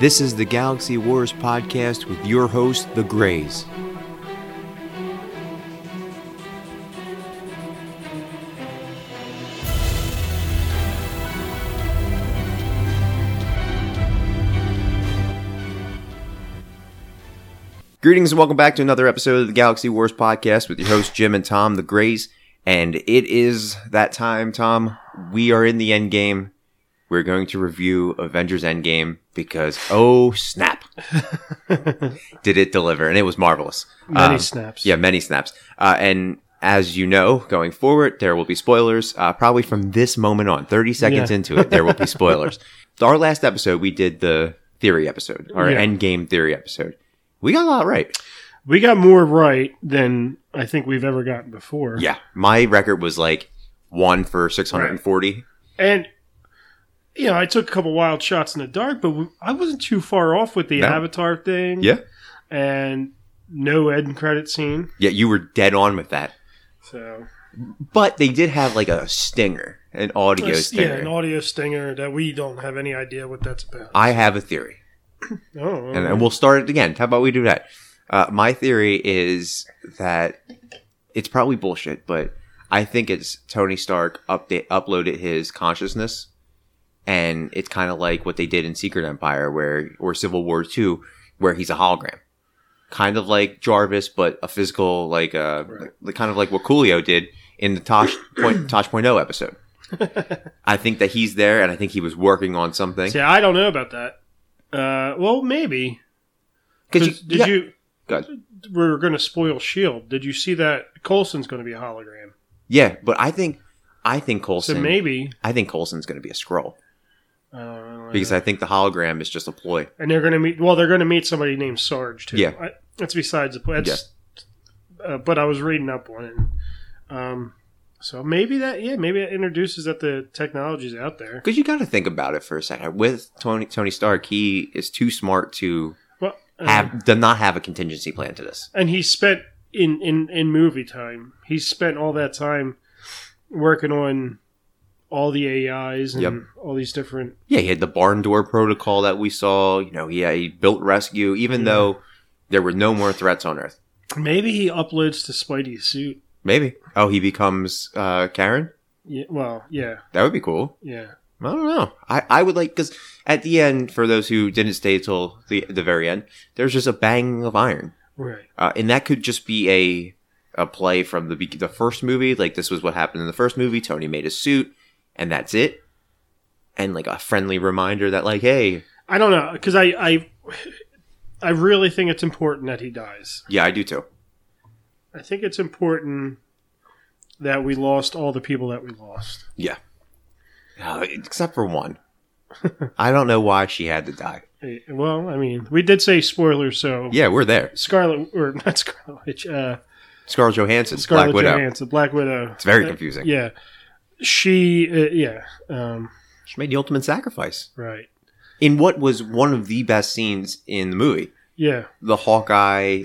This is the Galaxy Wars podcast with your host, The Grays. Greetings and welcome back to another episode of the Galaxy Wars podcast with your host, Jim and Tom, The Grays. And it is that time, Tom. We are in the end game. We're going to review Avengers Endgame because, oh snap, did it deliver. And it was marvelous. Many Um, snaps. Yeah, many snaps. Uh, and as you know, going forward, there will be spoilers. Uh, probably from this moment on, thirty seconds Yeah. into it, there will be spoilers. Our last episode, we did the theory episode, our Yeah. end game theory episode. We got a lot right. We got more right than I think we've ever gotten before. Yeah, my record was like one for six hundred and forty. And, you know, I took a couple wild shots in the dark, but we, I wasn't too far off with the No. Avatar thing. Yeah. And no end credit scene. Yeah, you were dead on with that. So, But they did have like a stinger, an audio yeah, stinger. an audio stinger that we don't have any idea what that's about. I have a theory. oh, all and, right. and we'll start it again. How about we do that? Uh, my theory is that it's probably bullshit, but I think it's Tony Stark update uploaded his consciousness, and it's kind of like what they did in Secret Empire, where or Civil War Two, where he's a hologram, kind of like Jarvis, but a physical like uh, Right. like- kind of like what Coolio did in the Tosh point Tosh Point O episode. I think that he's there, and I think he was working on something. See, I don't know about that. Uh, well, maybe. 'Cause Did- did yeah. you. Go ahead. We're going to spoil S.H.I.E.L.D. E Did you see that Colson's going to be a hologram? Yeah, but I think I think So Colson. maybe. uh, I think Colson's going to be a scroll I don't know. because I think the hologram is just a ploy. and they're going to meet. Well, they're going to meet somebody named Sarge too. Yeah. I, that's besides the point. That's- Uh, but I was reading up on it. and, Um, so maybe that, yeah, maybe it introduces that the technology's out there. Because you got to think about it for a second. With Tony Tony Stark, he is too smart to Well, uh, have to not have a contingency plan to this. and he spent in in in movie time. He spent all that time working on all the AIs and Yep. all these different. Yeah, he had the barn door protocol that we saw. You know, yeah, he built rescue, even Yeah. though there were no more threats on Earth. Maybe he uploads to Spidey's suit. Maybe. Oh, he becomes uh, Karen. Yeah, well, yeah, That would be cool. yeah. I don't know. I, I would like because at the end, for those who didn't stay till the the very end, there's just a bang of iron. Right. uh, and that could just be a a play from the be- the first movie. Like this was what happened in the first movie. Tony made a suit, and that's it. And like a friendly reminder that like, hey, I don't know because I I I really think it's important that he dies. yeah, I do too. I think it's important that we lost all the people that we lost. Uh, except for one, I don't know why she had to die. Eh, Well, I mean, we did say spoilers, so Yeah, we're there. Scarlet or not Scarlet Witch, uh, Scarlett Johansson, Scarlet Black Widow. Johansson, Black Widow. It's very Uh, confusing. Yeah, she, uh, yeah, um, She made the ultimate sacrifice right, in what was one of the best scenes in the movie: yeah, the Hawkeye,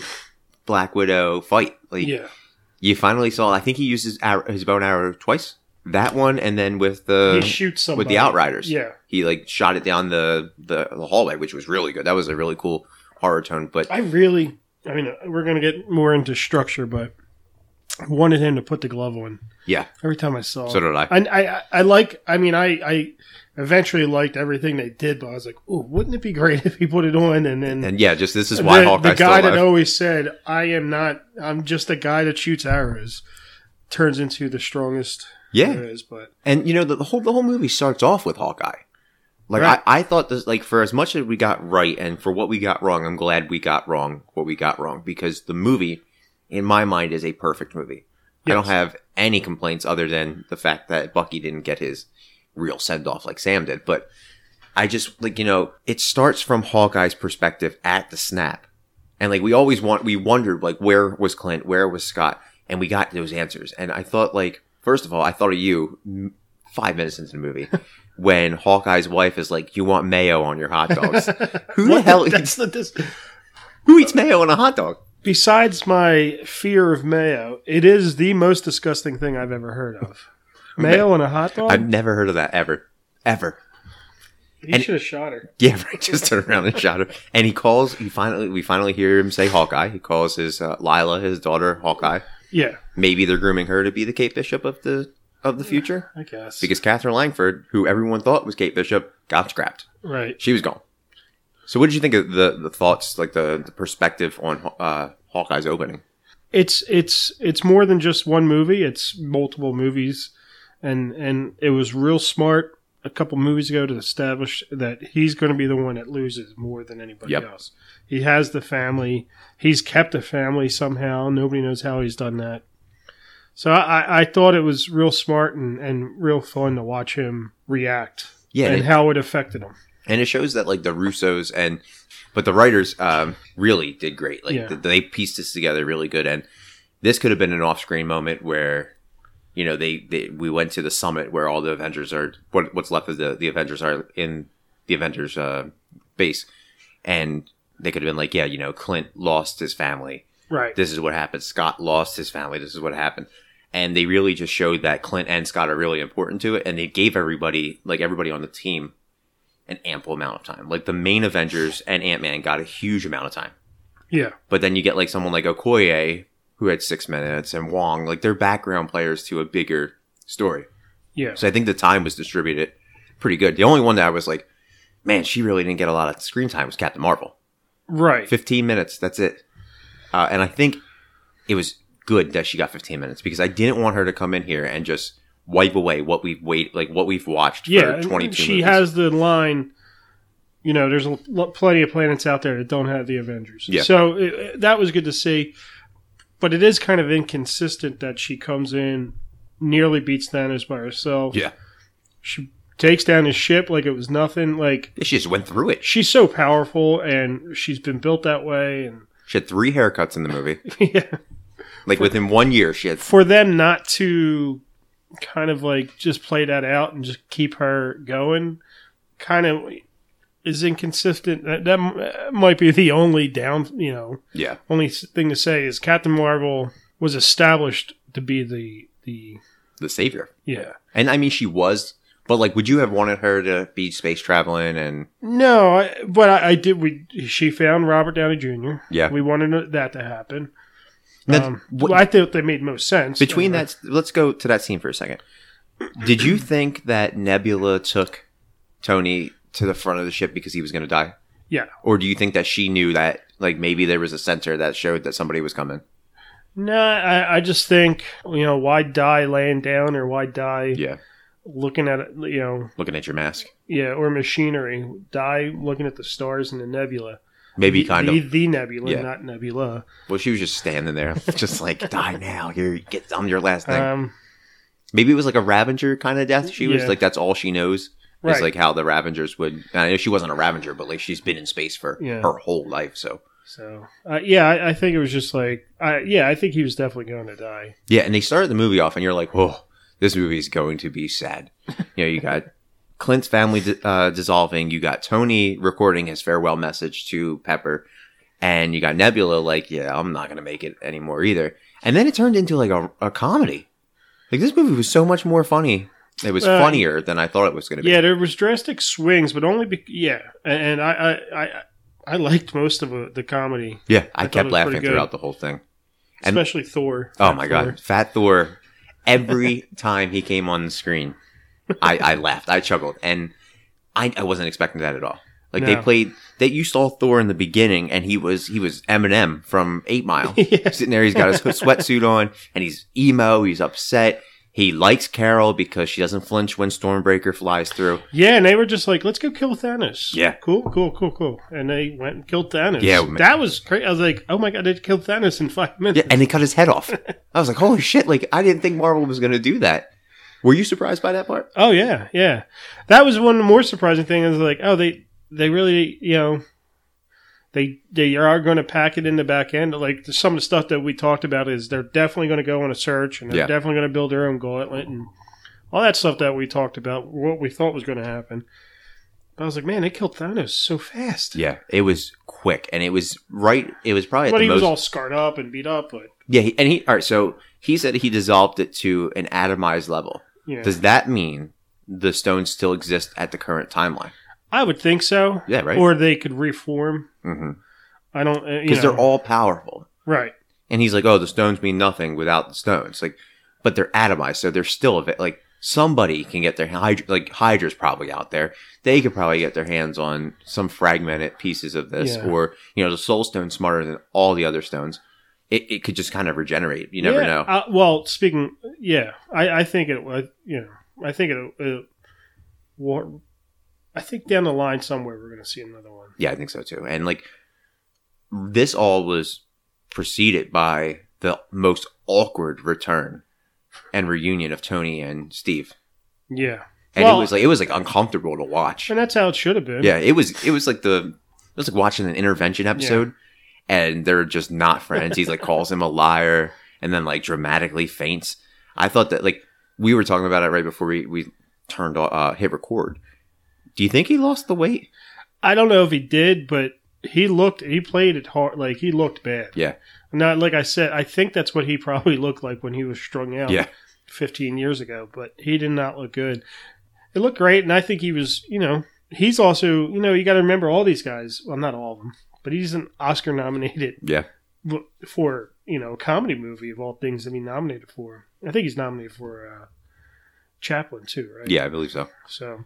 Black Widow fight. Like, yeah, you finally saw. I think he used his arrow, his bow and arrow twice. That one, and then with the he shoots somebody um, with the Outriders, Yeah, he like shot it down the, the the hallway, which was really good. That was a really cool horror tone. But I really, I mean, uh, we're gonna get more into structure, but I wanted him to put the glove on. Yeah. every time I saw. so it. did I. And I, I, I like. I mean, I, I eventually liked everything they did, but I was like, "Ooh, wouldn't it be great if he put it on?" And then And yeah, just this is why the, Hawkeye's the guy still that alive. always said, "I am not. I'm just a guy that shoots arrows," turns into the strongest. Yeah, there is. But and you know the, the whole the whole movie starts off with Hawkeye. Like Right. I, I thought this like for as much as we got right and for what we got wrong, I'm glad we got wrong what we got wrong because the movie, in my mind, is a perfect movie. I don't Yes. have any complaints other than the fact that Bucky didn't get his real send off like Sam did. But I just like you know it starts from Hawkeye's perspective at the snap, and like we always want we wondered like where was Clint, where was Scott, and we got those answers. And I thought like first of all, I thought of you m- five minutes into the movie when Hawkeye's wife is like, "You want mayo on your hot dogs? Who the What hell eats That's the, this, who eats mayo on a hot dog?" besides my fear of mayo, it is the most disgusting thing I've ever heard of. Mayo on a hot dog. I've never heard of that ever, ever. He And- should have shot her. Yeah, right. Just turn around and shot her. And he calls. He finally, we finally hear him say Hawkeye. He calls his uh, Lila, his daughter, Hawkeye. Yeah, Maybe they're grooming her to be the Kate Bishop of the of the future I guess. because Catherine Langford, who everyone thought was Kate Bishop, got scrapped. right. She was gone. So, what did you think of the the thoughts, like the, the perspective on uh, Hawkeye's opening? It's it's it's more than just one movie. It's multiple movies, and and it was real smart a couple movies ago to establish that he's going to be the one that loses more than anybody Yep. else. He has the family. He's kept a family somehow. Nobody knows how he's done that. So I, I- I thought it was real smart and, and real fun to watch him react Yeah, and and it, how it affected him. and it shows that like the Russos and but the writers um, really did great. Like Yeah. th- they pieced this together really good. And this could have been an off screen moment where you know they, they we went to the summit where all the Avengers are what what's left of the the Avengers are in the Avengers uh, base, and they could have been like, yeah, you know, Clint lost his family. Right. this is what happened. Scott lost his family. This is what happened. And they really just showed that Clint and Scott are really important to it. And they gave everybody, like everybody on the team, an ample amount of time. Like the main Avengers and Ant Man got a huge amount of time. Yeah. But then you get like someone like Okoye, who had six minutes, and Wong, like they're background players to a bigger story. Yeah. So I think the time was distributed pretty good. The only one that I was like, man, she really didn't get a lot of screen time was Captain Marvel. Right. 15 minutes. That's it. Uh, and I think it was good that she got 15 minutes because I didn't want her to come in here and just wipe away what we've wait like what we've watched Yeah, for and 22 she movies. has the line. You know, there's a, lo- plenty of planets out there that don't have the Avengers. Yeah. So it, that was good to see, but it is kind of inconsistent that she comes in, nearly beats Thanos by herself. Yeah. she takes down his ship like it was nothing. Like Yeah, she just went through it. she's so powerful, and she's been built that way. And She had three haircuts in the movie. yeah, Like within one year, she had for them not to kind of like just play that out and just keep her going kind of is inconsistent that, that m- might be the only down you know yeah only s- thing to say is captain marvel was established to be the the the savior. yeah And I mean, she was. But like, would you have wanted her to be space traveling and no I, but I, I did we she found robert downey jr yeah? we wanted that to happen That's- um, what- well, i thought they made most sense Between Uh, that, let's go to that scene for a second. Did you think that Nebula took Tony to the front of the ship because he was going to die? Yeah. Or do you think that she knew that, like, maybe there was a sensor that showed that somebody was coming? no I, I just think you know why die laying down or why die Yeah. looking at it, you know, Looking at your mask. yeah, or machinery. Die looking at the stars in the nebula. Maybe kind the, of. the nebula, Yeah. not nebula. Well, she was just standing there, just like, die now. Here, get, I'm your last thing. Um, maybe it was like a Ravager kind of death. She was Yeah. like, that's all she knows. It's right, like how the Ravengers would. I know she wasn't a Ravager, but like she's been in space for Yeah. her whole life. So, so uh, yeah, I, I think it was just like, I, yeah, I think he was definitely going to die. Yeah, and they started the movie off, and you're like, "Whoa, this movie is going to be sad." You know, you got Clint's family di- uh, dissolving, you got Tony recording his farewell message to Pepper, and you got Nebula like, "Yeah, I'm not going to make it anymore either." And then it turned into like a, a comedy. Like this movie was so much more funny. It was Uh, funnier than I thought it was going to be. Yeah, there was drastic swings, but only be- yeah, and, and I, I, I, I liked most of uh, the comedy, yeah, I, I thought it kept was pretty laughing good. throughout the whole thing. And- especially Thor. Oh my Thor. god, Fat Thor! Every time he came on the screen, I, I laughed, I chuckled, and I, I wasn't expecting that at all. Like they No. played that you saw Thor in the beginning, and he was he was Eminem from Eight Mile yeah, sitting there. He's got his sweatsuit on, and he's emo. He's upset. He likes Carol because she doesn't flinch when Stormbreaker flies through. yeah, and they were just like, "Let's go kill Thanos." Yeah. cool, cool, cool, cool, and they went and killed Thanos. Yeah, man. that was crazy. I was like, "Oh my god, they killed Thanos in five minutes." Yeah, and he cut his head off. I was like, holy shit! Like I didn't think Marvel was gonna do that. Were you surprised by that part? Oh yeah, yeah. That was one more surprising thing. Is like, oh, they they really, you know, they they are going to pack it in the back end. Like some of the stuff that we talked about is they're definitely going to go on a search and they're Yeah. definitely going to build their own gauntlet and all that stuff that we talked about. What we thought was going to happen. But I was like, man, they killed Thanos so fast. Yeah, it was quick, and it was right. It was probably at But the he most was all scarred up and beat up. But Yeah, he, and he all right. So he said he dissolved it to an atomized level. yeah, Does that mean the stones still exist at the current timeline? I would think so. Yeah, right. Or they could reform. Because I don't. uh, you know. they're all powerful. right. And he's like, oh, the stones mean nothing without the stones. Like, but they're atomized, so they're still a bit like somebody can get their hyd- like Hydra's probably out there. They could probably get their hands on some fragmented pieces of this, Yeah. or you know, the Soul Stone's smarter than all the other stones. It, it could just kind of regenerate. You never Yeah, know. Uh, well, speaking, yeah, I, I think it. I, you know, I think it. it war, I think down the line somewhere we're going to see another one. Yeah, I think so too. And like this all was preceded by the most awkward return and reunion of Tony and Steve. Yeah, And Well- it was like it was like uncomfortable to watch. and that's how it should have been. Yeah, it was it was like the it was like watching an intervention episode and they're just not friends. He's like calls him a liar and then like dramatically faints. I thought that like we were talking about it right before we, we turned off uh hit record. Do you think he lost the weight? I don't know if he did, but he looked. He played it hard. Like he looked bad. Yeah. Not like I said. I think that's what he probably looked like when he was strung out. Yeah. Fifteen years ago, but he did not look good. It looked great, and I think he was. You know, he's also. You know, you got to remember all these guys. Well, not all of them, but he's an Oscar nominated Yeah. w- for you know a comedy movie of all things to be nominated for. I think he's nominated for uh, Chaplin too, right? Yeah, I believe so. So,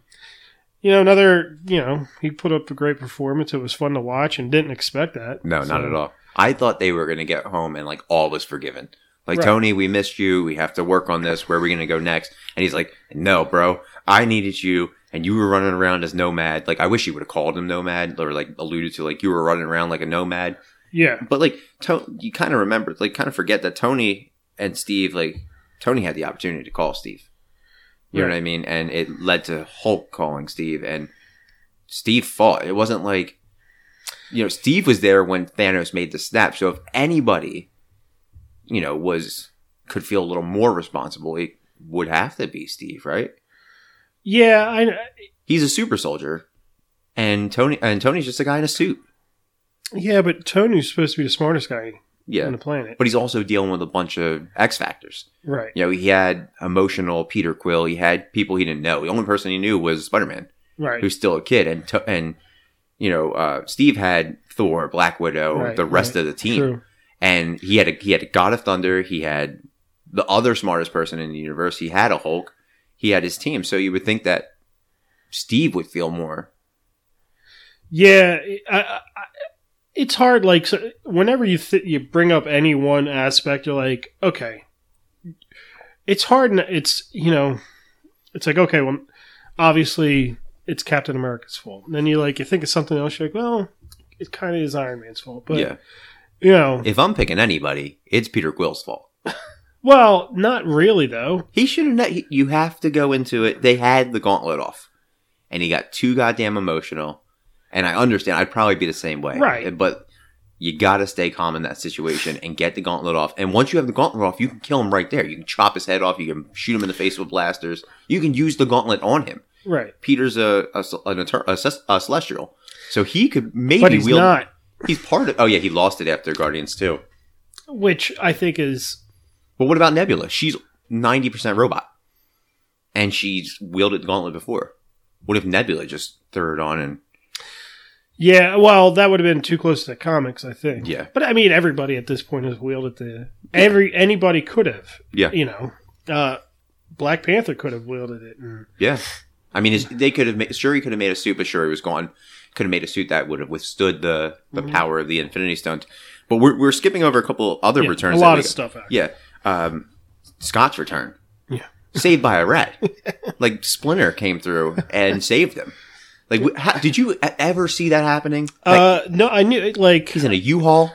you know, another, you know, he put up a great performance. It was fun to watch and didn't expect that. No, not So, at all. I thought they were going to get home and like all was forgiven. Like Right. Tony, we missed you. We have to work on this. Where are we going to go next? And he's like, "No, bro. I needed you, and you were running around as nomad. Like I wish you would have called him nomad or like alluded to like you were running around like a nomad. Yeah. But like to- you kind of remember, like kind of forget that Tony and Steve, like Tony had the opportunity to call Steve. You know Right. what I mean? And it led to Hulk calling Steve, and Steve fought. It wasn't like, you know, Steve was there when Thanos made the snap. So if anybody, you know, was could feel a little more responsible, it would have to be Steve, right? Yeah. I, He's a super soldier, and Tony and Tony's just a guy in a suit. yeah, but Tony's supposed to be the smartest guy on Yeah, the planet. but he's also dealing with a bunch of X factors. Right. You know, he had emotional Peter Quill. He had people he didn't know. The only person he knew was Spider Man. Right. who's still a kid, and to- and you know uh, Steve had Thor, Black Widow, Right, the rest right. of the team, True. and he had a, he had a God of Thunder, he had the other smartest person in the universe, he had a Hulk, he had his team, so you would think that Steve would feel more. Yeah. I, I, I- it's hard. Like, so whenever you th- you bring up any one aspect, you're like, okay. It's hard. And it's, you know, it's like, okay, well, obviously it's Captain America's fault. And then you like, you think of something else, you're like, well, it kind of is Iron Man's fault. But, yeah, you know, if I'm picking anybody, it's Peter Quill's fault. Well, not really though. He should have. Not, he- you have to go into it. They had the gauntlet off, and he got too goddamn emotional. And I understand. I'd probably be the same way, Right. But you got to stay calm in that situation and get the gauntlet off. And once you have the gauntlet off, you can kill him right there. You can chop his head off. You can shoot him in the face with blasters. You can use the gauntlet on him. Right. Peter's a a, an etern- a, ces- a celestial, so he could maybe but he's wield. not, He's part of. Oh yeah, he lost it after Guardians too. which I think is But what about Nebula? She's 90% robot. And she's wielded the gauntlet before. What if Nebula just threw it on and. yeah, well, that would have been too close to the comics, I think. Yeah. But I mean everybody at this point has wielded the every anybody could have. Yeah. You know. Uh Black Panther could have wielded it and Yeah. I mean, it's, they could have made. Shuri could have made a suit, but Shuri was gone. Could have made a suit that would have withstood the, the Mhm. power of the Infinity Stones. But we're, we're skipping over a couple of other yeah, returns. a that lot we of got. stuff actually. Yeah. Um, Scott's return. Yeah. Saved by a rat. like, Splinter came through and saved him. Like, wh- how, did you e- ever see that happening? Like, Uh no, I knew it like he's in a U-Haul.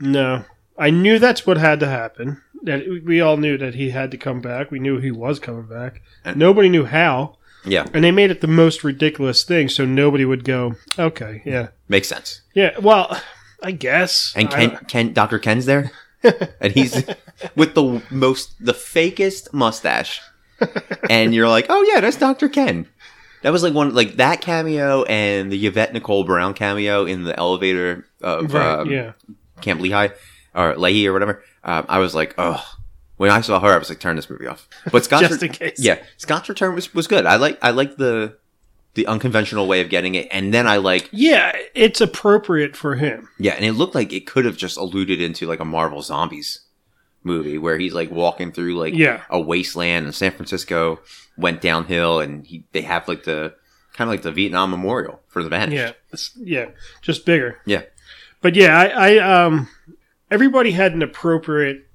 no. I knew that's what had to happen. That we all knew that he had to come back. We knew he was coming back. And- Nobody knew how. Yeah. And they made it the most ridiculous thing, so nobody would go, okay, yeah. Makes sense. Yeah, well, I guess. And I Ken, don't- Ken, Dr. Ken's there, and he's with the most, the fakest mustache, and you're like, oh yeah, that's Dr. Ken. That was like one, like that cameo and the Yvette Nicole Brown cameo in the elevator of Right, um, yeah. Camp Lehigh or Leahy or whatever. Um, I was like, oh. When I saw her, I was like, turn this movie off. But Scott's Just in case. yeah, Scott's return was, was good. I like I like the the unconventional way of getting it. And then I like, Yeah, it's appropriate for him. yeah, and it looked like it could have just alluded into like a Marvel Zombies movie where he's like walking through like Yeah. a wasteland in San Francisco, went downhill, and he, they have like the kind of like the Vietnam Memorial for the Vanished. Yeah. It's- yeah. Just bigger. Yeah. But yeah, I, I um everybody had an appropriate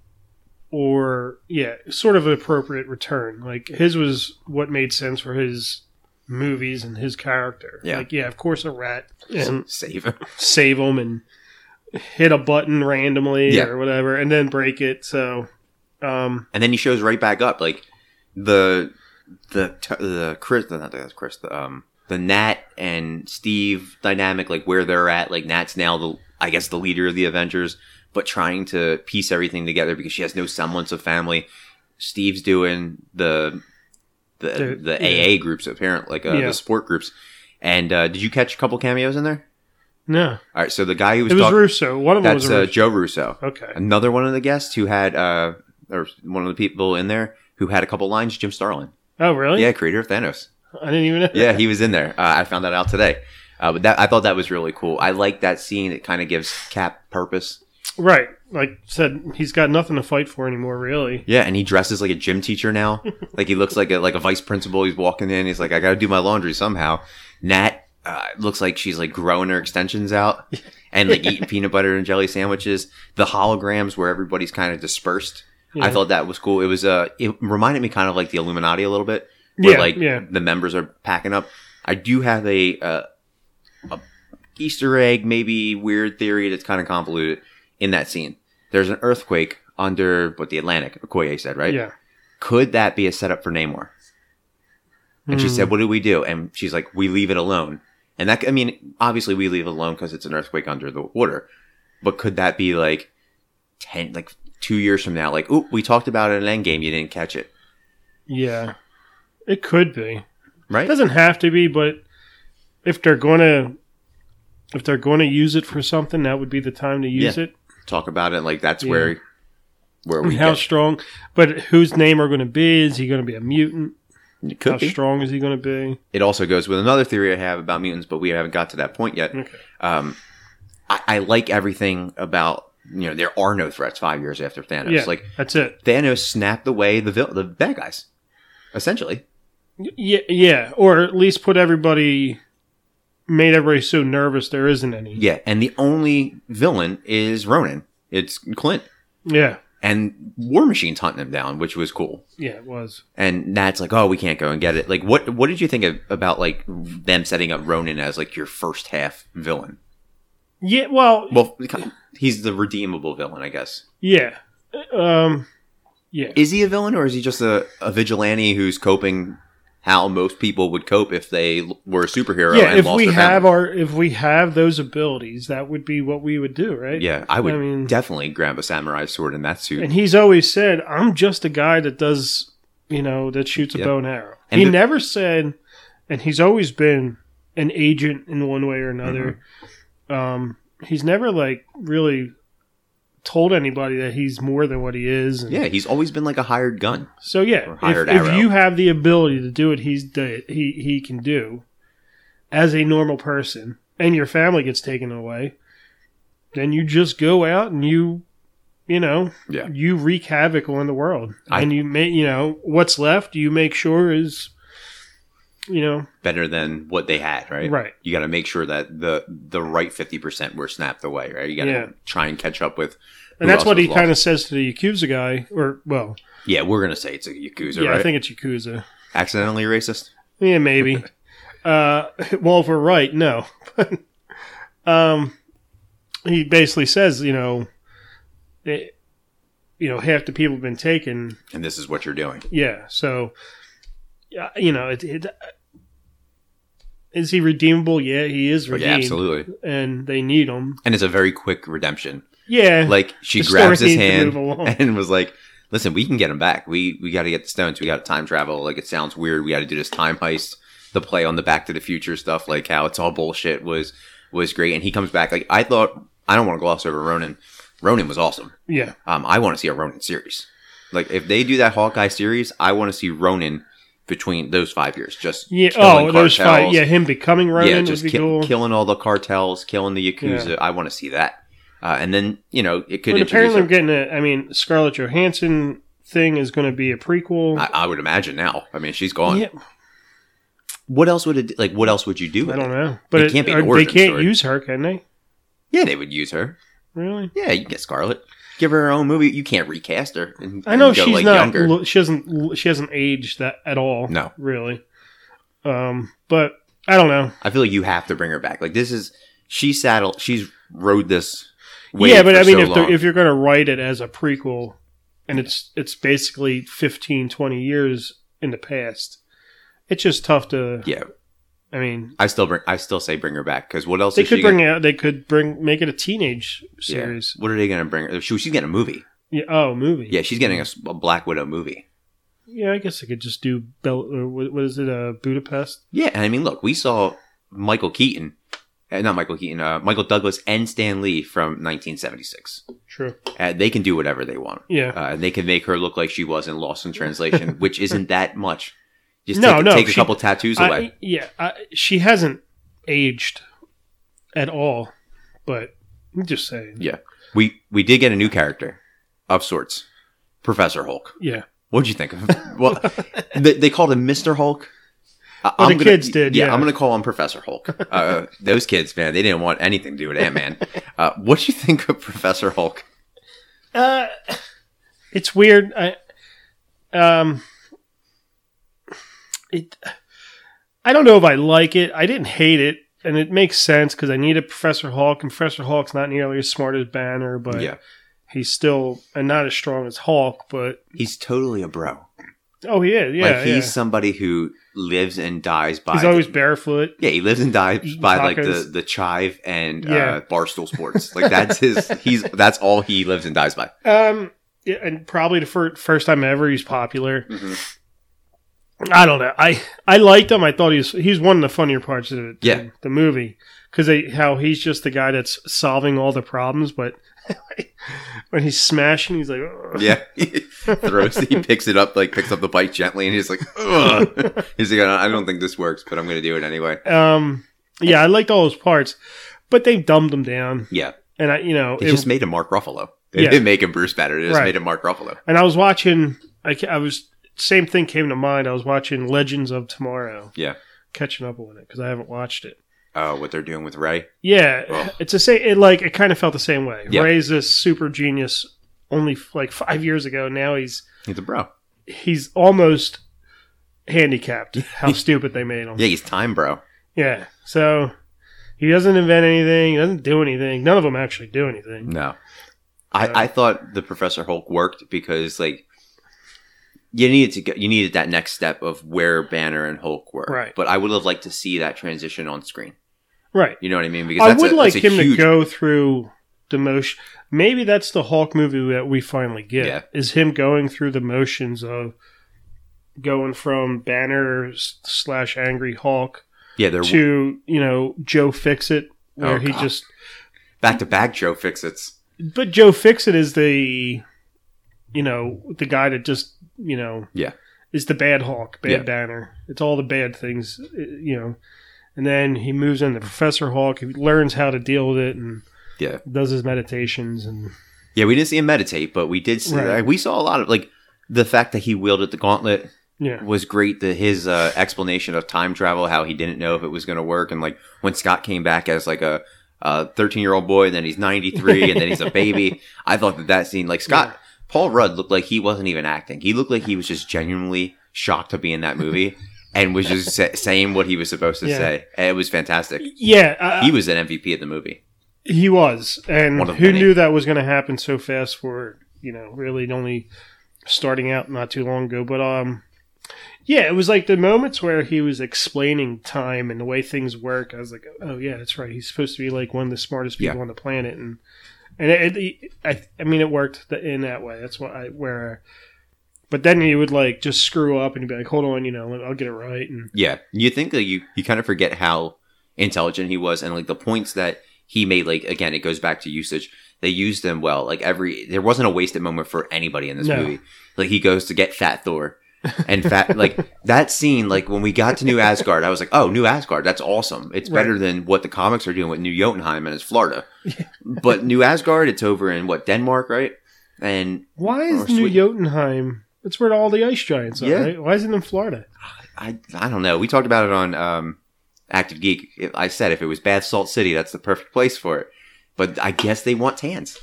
or yeah, sort of an appropriate return. Like his was what made sense for his movies and his character. Yeah. Like, yeah, of course a rat and Save him. save him and hit a button randomly Yeah. or whatever and then break it. So um and then he shows right back up like the the t- the chris not the chris the, um the nat and steve dynamic like where they're at like nat's now the i guess the leader of the avengers but trying to piece everything together because she has no semblance of family steve's doing the the The- the yeah. aa groups apparently like uh, Yeah. the support groups and uh did you catch a couple cameos in there no. all right so the guy who was, It was talking Russo. One of them that's was uh, Russo. joe russo okay. another one of the guests who had uh or one of the people in there who had a couple lines jim starlin Oh really? yeah creator of thanos I didn't even know. yeah he was in there uh, i found that out today uh, but that i thought that was really cool i like that scene it kind of gives cap purpose Right. Like I said, he's got nothing to fight for anymore, really. yeah and he dresses like a gym teacher now like he looks like a like a vice principal he's walking in he's like i gotta do my laundry somehow nat uh, looks like she's like growing her extensions out and like eating peanut butter and jelly sandwiches the holograms where everybody's kind of dispersed you I know? thought that was cool. It was uh it reminded me kind of like the Illuminati a little bit. Where Yeah, like yeah. the members are packing up. I do have a uh a Easter egg, maybe weird theory that's kind of convoluted in that scene. There's an earthquake under what the Atlantic, Okoye said, right? Yeah. Could that be a setup for Namor? And she Mm. said, What do we do? And she's like, We leave it alone. And that, I mean, obviously we leave it alone because it's an earthquake under the water. But could that be like 10, like two years from now? Like, oop, we talked about it in Endgame. You didn't catch it. Yeah. It could be. It Right? doesn't have to be, but if they're gonna if they're gonna use it for something, that would be the time to use it. Talk about it. Like, that's Yeah. where, where we how get, strong but whose name are gonna be? Is he gonna be a mutant? it how could be. strong is he gonna be? It also goes with another theory I have about mutants, but we haven't got to that point yet. Okay. Um, I, I like everything about, you know, there are no threats five years after Thanos. Yeah. Like, That's it. Thanos snapped away the, vil- the bad guys, essentially. Y- Yeah, yeah. Or at least put everybody made everybody so nervous there isn't any. Yeah, and the only villain is Ronan. It's Clint. Yeah. And War Machine's hunting him down, which was cool. Yeah, it was. And Nat's like, oh, we can't go and get it. Like, what what did you think of, about like them setting up Ronan as like your first half villain? Yeah, well, Well, he's the redeemable villain, I guess. Yeah. Um yeah. Is he a villain or is he just a, a vigilante who's coping how most people would cope if they l- were a superhero? yeah, and if lost we their have family? our if we have those abilities, that would be what we would do, right? yeah, I would I mean- definitely grab a samurai sword in that suit. Mm-hmm. And he's always said, "I'm just a guy that does, you know, that shoots a Yep. bow and arrow." And he the- never said, and he's always been an agent in one way or another. Mm-hmm. Um, he's never like really told anybody that he's more than what he is. and- yeah, he's always been like a hired gun. So yeah, Or if, hired if arrow. you have the ability to do what he's do, he he can do as a normal person, and your family gets taken away, then you just go out and you, you know, Yeah. you wreak havoc on the world, I- and you make you know what's left. You make sure is, you know, better than what they had, right? Right. You got to make sure that the the right fifty percent were snapped away, right? You got to Yeah. try and catch up with. and that's what he kind of says to the Yakuza guy, or well, Yeah, we're gonna say it's a yakuza, yeah, right? I think it's Yakuza. Accidentally racist. Yeah, maybe. uh, well, if we're right, no. um, he basically says, you know, it, you know, half the people have been taken. And this is what you're doing. Yeah, so yeah, you know, it, it, is he redeemable? Yeah, he is But redeemed, Oh, yeah, absolutely. and they need him. And it's a very quick redemption. Yeah, Like she The story grabs his needs to hand move along. and was like, "Listen, we can get him back. We we got to get the stones. We got to time travel. Like it sounds weird. We got to do this time heist. The play on the Back to the Future stuff, like how it's all bullshit, was was great. And he comes back. Like I thought. I don't want to gloss over Ronan. Ronan was awesome. yeah, Um, I want to see a Ronin series. Like if they do that Hawkeye series, I want to see Ronin between those five years. Just Yeah. killing oh, those five. cartels. Yeah, him becoming Ronin yeah, just would be ki- cool. killing all the cartels, killing the yakuza. I want to see that. Uh, and then you know it could but introduce. apparently, we're A, getting a. I mean, Scarlett Johansson thing is going to be a prequel. I, I would imagine now. I mean, she's gone. Yeah, What else would it like? What else would you do? With I don't it? know, but It it can't be an or they origin can't story. use her, can they? Yeah, they would use her. Really? Yeah, you can get Scarlet. Give her her own movie. You can't recast her. and- I know and go, she's like, not. lo- She hasn't. l- She hasn't aged that at all. No. really. Um, but I don't know. I feel like you have to bring her back. Like this is she saddle. She's rode this. Wave yeah, but I mean, so if long. the, if you're going to write it as a prequel, and it's it's basically 15, 20 years in the past, it's just tough to. yeah, I mean, I still bring. I still say bring her back because what else? they is could she gonna- bring out. They could bring make it a teenage Yeah. series. What are they going to bring? her? She, she's getting a movie. Yeah. Oh, movie. Yeah, she's getting a, s- a Black Widow movie. Yeah, I guess they could just do Bel. Or what, what is it? Uh, Budapest. Yeah, and I mean, look, we saw Michael Keaton, uh, not Michael Keaton, uh, Michael Douglas and Stan Lee from 1976. True. Uh, they can do whatever they want. Yeah. Uh, and they can make her look like she was in Lost in Translation, which isn't that much. Just No, take, no, take a she- couple tattoos I- away. yeah, I, she hasn't aged at all. But I'm just saying. Yeah. We we did get a new character of sorts, Professor Hulk. Yeah. What'd you think of? Well, they, they called him Mister Hulk. Uh, Oh, the kids did, yeah. I'm gonna call him Professor Hulk. Uh, those kids, man, they didn't want anything to do with Ant Man. Uh, what'd you think of Professor Hulk? Uh, it's weird. I, um, it. I don't know if I like it. I didn't hate it, and it makes sense because I needed Professor Hulk, and Professor Hulk's not nearly as smart as Banner, but yeah, he's still and not as strong as Hulk. But he's totally a bro. oh, he is. Yeah, like he's yeah. somebody who lives and dies by. he's the- always barefoot. yeah, he lives and dies Eating by like the tacos. the chive and Yeah. uh, barstool sports. Like that's his. He's that's all he lives and dies by. Um, yeah, and probably the fir- first time ever he's popular. I don't know. I I liked him. I thought he's he's one of the funnier parts of it. Yeah. the movie because how he's just the guy that's solving all the problems, but when he's smashing, he's like, "Ugh." Yeah, he throws. He picks it up, like picks up the bike gently, and he's like, Ugh. he's like, I don't think this works, but I'm gonna do it anyway. Um, yeah, I liked all those parts, but they dumbed him down, Yeah, and I you know they it- just made him Mark Ruffalo. They Yeah. didn't make him Bruce Banner. They just Right. made him Mark Ruffalo. and I was watching. I ca- I was same thing came to mind. I was watching Legends of Tomorrow. Yeah. catching up on it because I haven't watched it. Oh, what they're doing with Ray? Yeah, Ugh. it's the same. It like it kind of felt the same way. Yeah. Ray's this super genius only f- like five years ago. Now he's He's a bro. he's almost handicapped. How stupid they made him. Yeah, he's time bro. Yeah. So he doesn't invent anything. He doesn't do anything. None of them actually do anything. No, I No. I thought the Professor Hulk worked because like. You needed to get, you needed that next step of where Banner and Hulk were, Right. But I would have liked to see that transition on screen. Right. You know what I mean? I would a- like that's a him to huge- go through the motion. Maybe that's the Hulk movie that we finally get. Yeah. Is him going through the motions of going from Banner s- slash Angry Hulk Yeah, they're to you know Joe Fixit, where Oh, he God. just. back to back Joe Fixits. But Joe Fixit is the, you know, the guy that just you know. Yeah. Is the bad Hulk, bad Yeah. Banner. It's all the bad things, uh, you know. And then he moves into Professor Hulk. He learns how to deal with it and Yeah. does his meditations and Yeah, we didn't see him meditate, but we did see Right. we saw a lot of like the fact that he wielded the gauntlet yeah, was great. The his uh, explanation of time travel, how he didn't know if it was going to work, and like when Scott came back as like a thirteen year old boy, and then he's ninety three, and then he's a baby. I thought that that scene, like Scott Paul Rudd, looked like he wasn't even acting. He looked like he was just genuinely shocked to be in that movie. And was just sa- saying what he was supposed to Yeah. say. And It was fantastic. yeah. I, He was an MVP of the movie. He was, and One of who many. knew that was going to happen so fast for you know really only starting out not too long ago. But um, yeah, it was like the moments where he was explaining time and the way things work. I was like, oh yeah, that's right. He's supposed to be like one of the smartest people Yeah. on the planet, and and it, it- I I mean it worked th- in that way. That's why I where. But then he would like just screw up and he'd be like, "Hold on, you know, I'll get it right." And Yeah, you think that you you kind of forget how intelligent he was, and like the points that he made. Like again, it goes back to usage. They used them well. Like every there wasn't a wasted moment for anybody in this No. movie. Like he goes to get Fat Thor. and fat like that scene like when we got to new asgard i was like oh new asgard that's awesome it's Right. better than what the comics are doing with new jotunheim and it's florida but new asgard it's over in what denmark right and Why is Or New Sweden. Jotunheim? That's where all the ice giants are, Oh, Yeah. right? Why isn't it in Florida? i i don't know we talked about it on um active geek It- i said if it was bath salt city that's the perfect place for it but i guess they want tans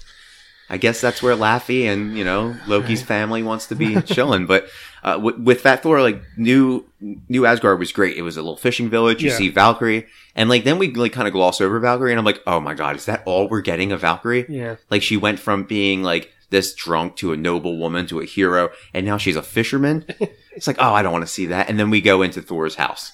I guess that's where Laffy and you know Loki's family wants to be chilling, but uh, with, with Fat Thor, like new new Asgard was great. It was a little fishing village. You Yeah. see Valkyrie, and like then we like kind of gloss over Valkyrie, and I'm like, oh my god, is that all we're getting of Valkyrie? Yeah. Like she went from being like this drunk to a noble woman to a hero, and now she's a fisherman. it's like, oh, I don't want to see that. And then we go into Thor's house,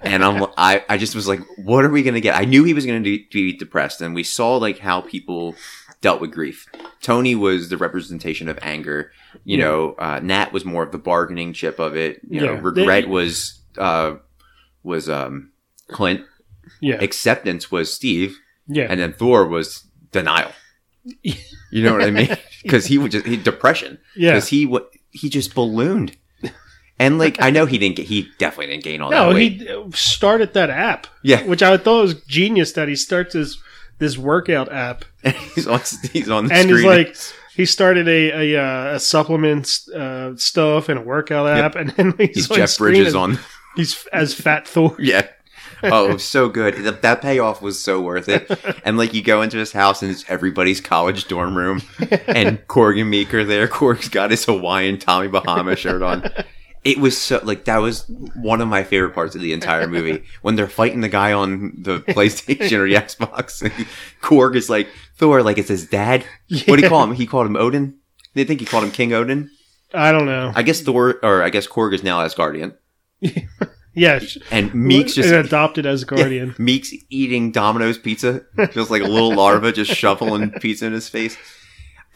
and I'm I, I just was like, what are we gonna get? I knew he was gonna de- be depressed, and we saw like how people dealt with grief. Tony was the representation of anger. You Yeah. know, uh, Nat was more of the bargaining chip of it. You know, Yeah. regret They- was uh, was um, Clint. Yeah. Acceptance was Steve Yeah. and then Thor was denial. You know what I mean? Because he would just he, depression. yeah. Because he wa- he just ballooned. And like I know he didn't get he definitely didn't gain all that No, weight. he uh, started that app, yeah, which I thought was genius that he starts his this workout app and he's on he's on the and screen. he's like he started a a, uh, a supplements uh, stuff and a workout Yep. app and then he's, he's on Jeff screen Bridges as- on. he's f- as fat Thor Yeah. Oh, it was so good. Th- That payoff was so worth it. And like you go into his house and it's everybody's college dorm room and Korg and Meek are there. Korg's got his Hawaiian Tommy Bahama shirt on. It was so like that was one of my favorite parts of the entire movie when they're fighting the guy on the PlayStation or the Xbox. And Korg is like Thor, like it's his dad. What do you call him? He called him Odin. They think he called him King Odin. I don't know I guess Thor, or I guess Korg is now Asgardian, yeah sh- and Meek's just and adopted as a guardian Meek's eating Domino's pizza, just like a little larva just shoveling pizza in his face.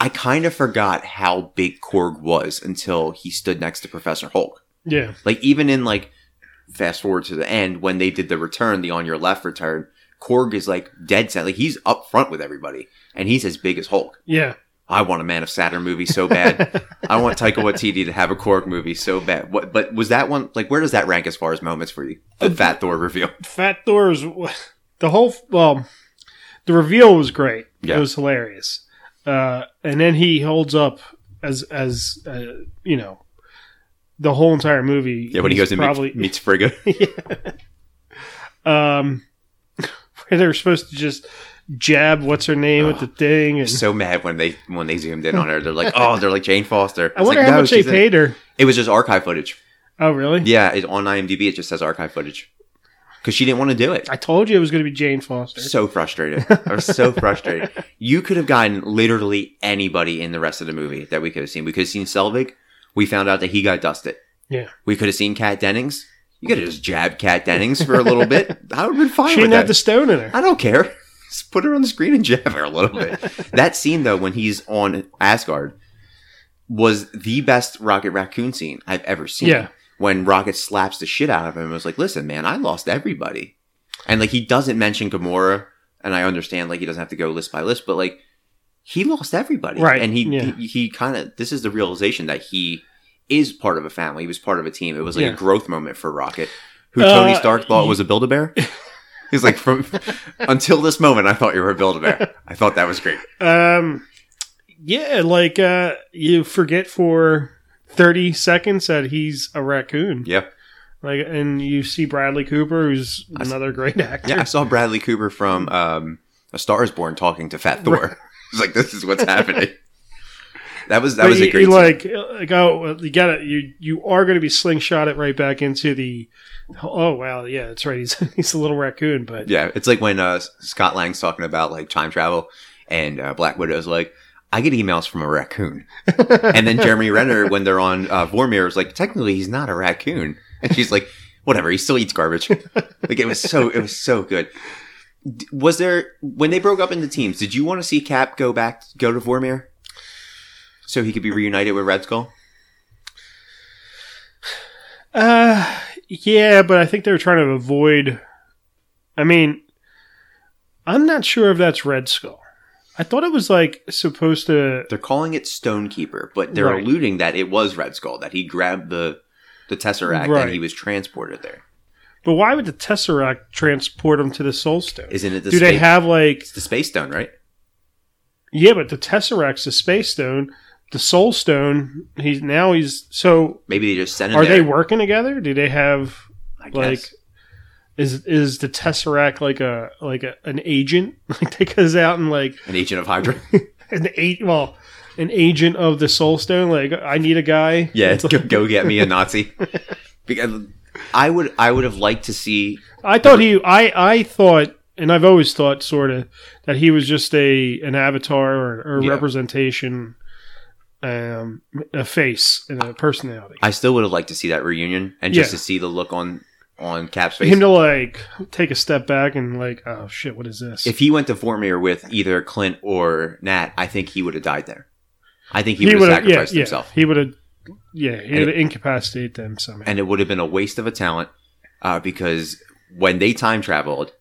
I kind of forgot how big Korg was until he stood next to Professor Hulk. yeah Like even in like fast forward to the end when they did the return, the on your left return, Korg is like dead set. Like he's up front with everybody, and he's as big as Hulk. yeah I want a Man of Saturn movie so bad. I want Taika Waititi to have a Korg movie so bad. What, but was that one like? Where does that rank as far as moments for you? Uh, The Fat Thor reveal. Fat Thor is the whole. Well, the reveal was great. Yeah. It was hilarious. Uh, and then he holds up as as uh, you know the whole entire movie. Yeah, when he he's goes and probably meets, meets Frigga. um, where they're supposed to just jab what's her name with the thing. And so mad when they when they zoomed in on her. They're like, oh, they're like Jane Foster. I wonder how much they paid her. It was just archive footage. Oh, really? Yeah, it, on IMDb it just says archive footage because she didn't want to do it. I told you it was going to be Jane Foster. So frustrated. I was so frustrated. You could have gotten literally anybody in the rest of the movie that we could have seen. We could have seen Selvig. We found out that he got dusted. Yeah. We could have seen Kat Dennings. You could have just jabbed Kat Dennings for a little bit. I would have been fine She with didn't that. have the stone in her. I don't care. Just put her on the screen and jab her a little bit. that scene though, when he's on Asgard, was the best Rocket Raccoon scene I've ever seen. Yeah. When Rocket slaps the shit out of him, I was like, "Listen, man, I lost everybody," and like he doesn't mention Gamora, and I understand like he doesn't have to go list by list, but like he lost everybody, Right, And he yeah. he, he kind of this is the realization that he is part of a family. He was part of a team. It was like Yeah. a growth moment for Rocket, who Tony Uh, Stark thought you- was a Build a Bear. He's like, from until this moment, I thought you were a Build a Bear. I thought that was great. Um, yeah, like uh, you forget for thirty seconds that he's a raccoon. Yeah. Like, and you see Bradley Cooper, who's I s- another great actor. Yeah, I saw Bradley Cooper from um, A Star Is Born talking to Fat Thor. He's like, this is what's happening. That was that But was you, a great. you scene. like like oh well, you got to you you are going to be slingshotted right back into the oh wow yeah that's right he's he's a little raccoon but Yeah, it's like when uh, Scott Lang's talking about like time travel, and uh, Black Widow's like, I get emails from a raccoon, and then Jeremy Renner when they're on uh, Vormir is like, technically he's not a raccoon, and she's like, whatever, he still eats garbage. like it was so it was so good. D- Was there when they broke up into teams? Did you want to see Cap go back go to Vormir, so he could be reunited with Red Skull? uh yeah but I think they were trying to avoid. I mean, I'm not sure if that's Red Skull. I thought it was like supposed to They're calling it Stonekeeper, but they're Right. alluding that it was Red Skull that he grabbed the the Tesseract Right. and he was transported there. But why would the Tesseract transport him to the Soul Stone? Isn't it the, Do space, they have like it's the space stone, right? yeah? But the Tesseract's the Space Stone, the Soul Stone. He's now he's so. Maybe they just sent him Are they there. working together? Do they have I like? guess. Is is the Tesseract like a like a, an agent? Like that goes out and like An agent of Hydra. an eight well an agent of the Soul Stone. Like I need a guy. yeah, go, go get me a Nazi. because I would I would have liked to see I thought he. I I thought, and I've always thought, sort of, that he was just a an avatar or, or a Yeah. representation, um, a face and a personality. I still would have liked to see that reunion and just Yeah. to see the look on on Cap's For face. him to like take a step back and like, oh shit, what is this? if he went to Fort Mirror with either Clint or Nat, I think he would have died there. I think he, would have would've- sacrificed yeah, himself. Yeah, he would have. Yeah, he And would incapacitate them somehow. and it would have been a waste of a talent uh, because when they time traveled,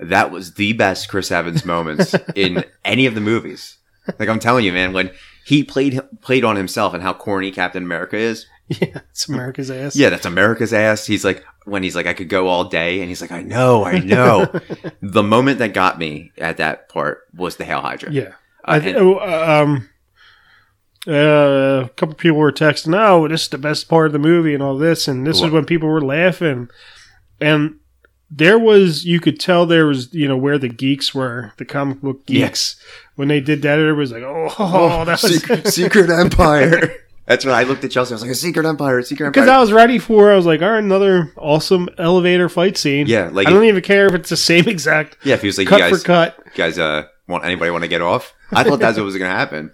that was the best Chris Evans moments in any of the movies. Like I'm telling you, man, when he played played on himself and how corny Captain America is. yeah, it's America's ass. Yeah, that's America's ass. He's like when he's like, I could go all day, and he's like, I know, I know. the moment that got me at that part was the Hail Hydra. yeah. Uh, I th- and- oh, uh, um, uh, a couple people were texting, "Oh, this is the best part of the movie," and all this, and this is Right. when people were laughing, and there was you could tell there was you know where the geeks were, the comic book Yeah. geeks when they did that. It was like, oh, that was secret, secret empire. That's when I looked at Chelsea. I was like, a secret empire, a secret because empire. I was ready for. I was like, all right, another awesome elevator fight scene. yeah, like I don't even care if it's the same exact yeah, if he was like, you cut guys, for cut. You guys uh want anybody want to get off i thought that's what was gonna happen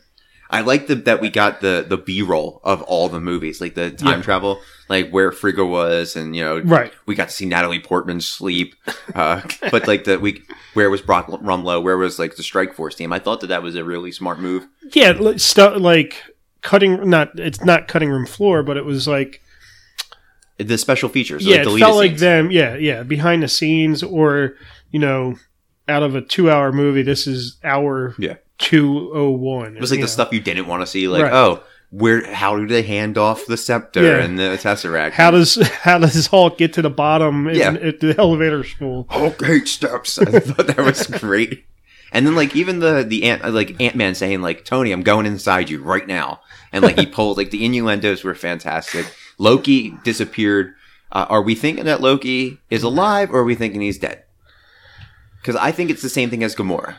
i like the, that we got the the b-roll of all the movies like the time Yeah. travel like where frigga was and you know Right. we got to see natalie portman sleep uh, but like the we where was brock rumlow where was like the strike force team i thought that that was a really smart move yeah li- stuff like cutting not it's not cutting room floor but it was like the special features the yeah it deleted felt like scenes. them yeah yeah behind the scenes or you know out of a two hour movie this is hour Yeah. 201 it was like you the know. stuff you didn't want to see like Right. oh where how do they hand off the scepter Yeah. and the tesseract how does how does hulk get to the bottom Yeah. in, at the elevator school Hulk hate steps. I thought that was great. And then like even the the ant like Ant Man saying like Tony, I'm going inside you right now, and like he pulled like the innuendos were fantastic. Loki disappeared. Uh, are we thinking that Loki is alive, or are we thinking he's dead? Because I think it's the same thing as Gamora.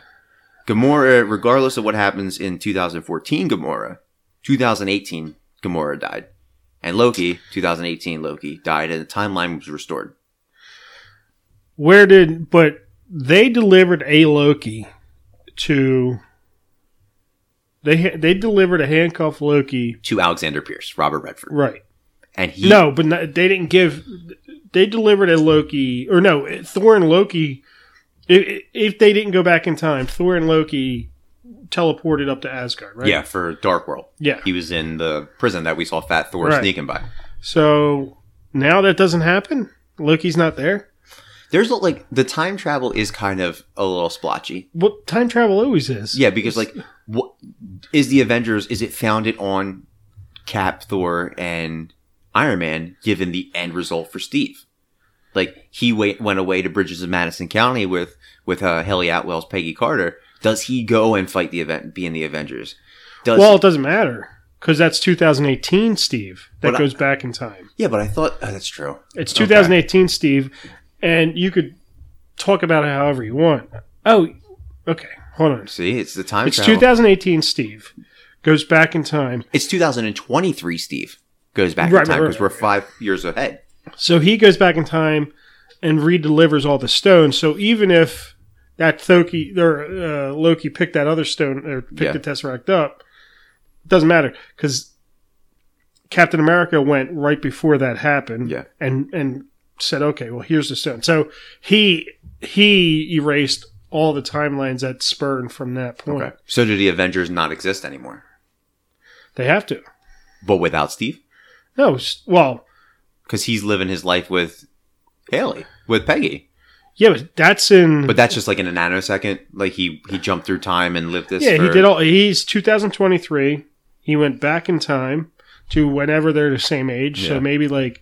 Gamora, regardless of what happens in 2014, Gamora, 2018, Gamora died, and Loki, 2018, Loki died, and the timeline was restored. where did but they delivered a loki to they ha- they delivered a handcuffed loki to Alexander Pierce, Robert Redford, right and he no, but no, they didn't give. They delivered a Loki, or no, Thor and Loki. If, if they didn't go back in time, Thor and Loki teleported up to Asgard, right? yeah for Dark World. yeah. He was in the prison that we saw Fat Thor Right. sneaking by. So now that doesn't happen. Loki's not there. There's a- like the time travel is kind of a little splotchy. Well, time travel always is. Yeah, because like what is the Avengers? Is it founded on Cap, Thor, and Iron Man? Given the end result for Steve, like he wait, went away to Bridges of Madison County with with uh, Haley Atwell's Peggy Carter. Does he go and fight the event? Be in the Avengers? Does Well, it doesn't matter because that's 2018, Steve. That But I- goes back in time. yeah, but I thought oh, that's true. It's Okay. 2018, Steve, and you could talk about it however you want. Oh, okay. Hold on. See, it's the time It's travel. 2018, Steve. Goes back in time. It's 2023, Steve. Goes back Right, in time right, because right. we're five years ahead. So he goes back in time and redelivers all the stones. So even if that Loki or uh, Loki picked that other stone or picked Yeah. the Tesseract up, it doesn't matter because Captain America went right before that happened. Yeah. and and said, "Okay, well here's the stone." So he he erased all the timelines that spurned from that point. Okay. So do the Avengers not exist anymore? They have to. But without Steve? No, s- well, Because he's living his life with Haley, with Peggy. yeah, but that's in. But that's just like in a nanosecond. Like he he jumped through time and lived this. Yeah, he for- did all. He's 2023. He went back in time. to whenever they're the same age. Yeah. So maybe like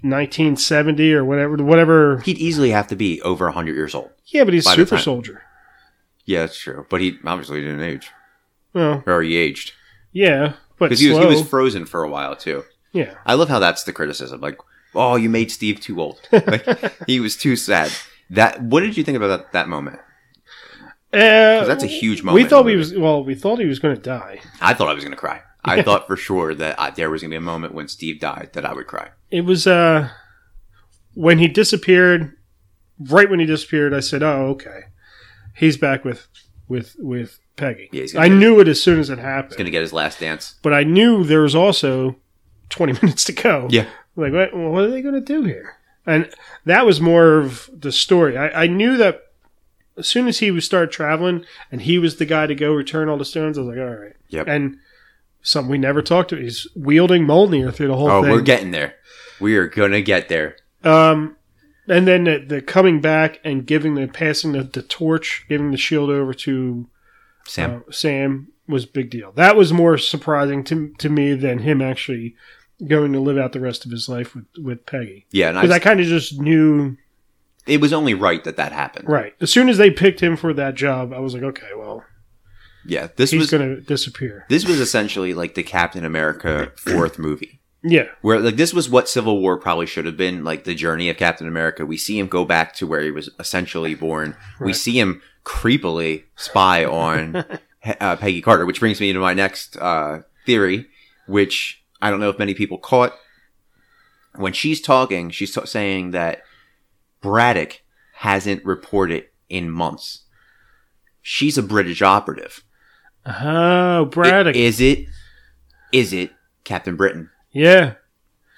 1970 or whatever, whatever. He'd easily have to be over 100 years old. Yeah, but he's By the super time- soldier. Yeah, that's true. But he obviously didn't age. Well, Or he aged. yeah, but Because he was, slow. he was frozen for a while, too. yeah, I love how that's the criticism. Like, oh, you made Steve too old. Like, he was too sad. That. What did you think about that, that moment? Uh, that's a huge We moment thought in the he was well. We thought he was going to die. I thought I was going to cry. I thought for sure that I, there was going to be a moment when Steve died that I would cry. It was uh, when he disappeared. Right when he disappeared, I said, "Oh, okay, he's back with with with Peggy." Yeah, he's gonna I get- knew it as soon as it happened. He's going to get his last dance. but I knew there was also 20 minutes to go. Yeah. Like, what, what are they going to do here? And that was more of the story. I, I knew that as soon as he would start traveling and he was the guy to go return all the stones, I was like, all right. Yep. And something we never talked to. He's wielding Mjolnir through the whole Oh, thing. we're getting there. We are going to get there. um, and then the, the coming back and giving the passing the, the torch, giving the shield over to Sam. uh, Sam was a big deal. That was more surprising to to me than him actually going to live out the rest of his life with with Peggy yeah, and because I, I kind of just knew it was only right that that happened. right as soon as they picked him for that job, I was like, okay, well, Yeah, this he's was going to disappear. this was essentially like the Captain America fourth movie. Yeah, Where like this was what Civil War probably should have been, like the journey of Captain America. We see him go back to where he was essentially born. We Right. see him creepily spy on He- uh, Peggy Carter, which brings me to my next uh, theory, which I don't know if many people caught. When she's talking, she's ta- saying that Braddock hasn't reported in months. She's a British operative. oh I- Braddock, Is it? Is it Captain Britain? yeah,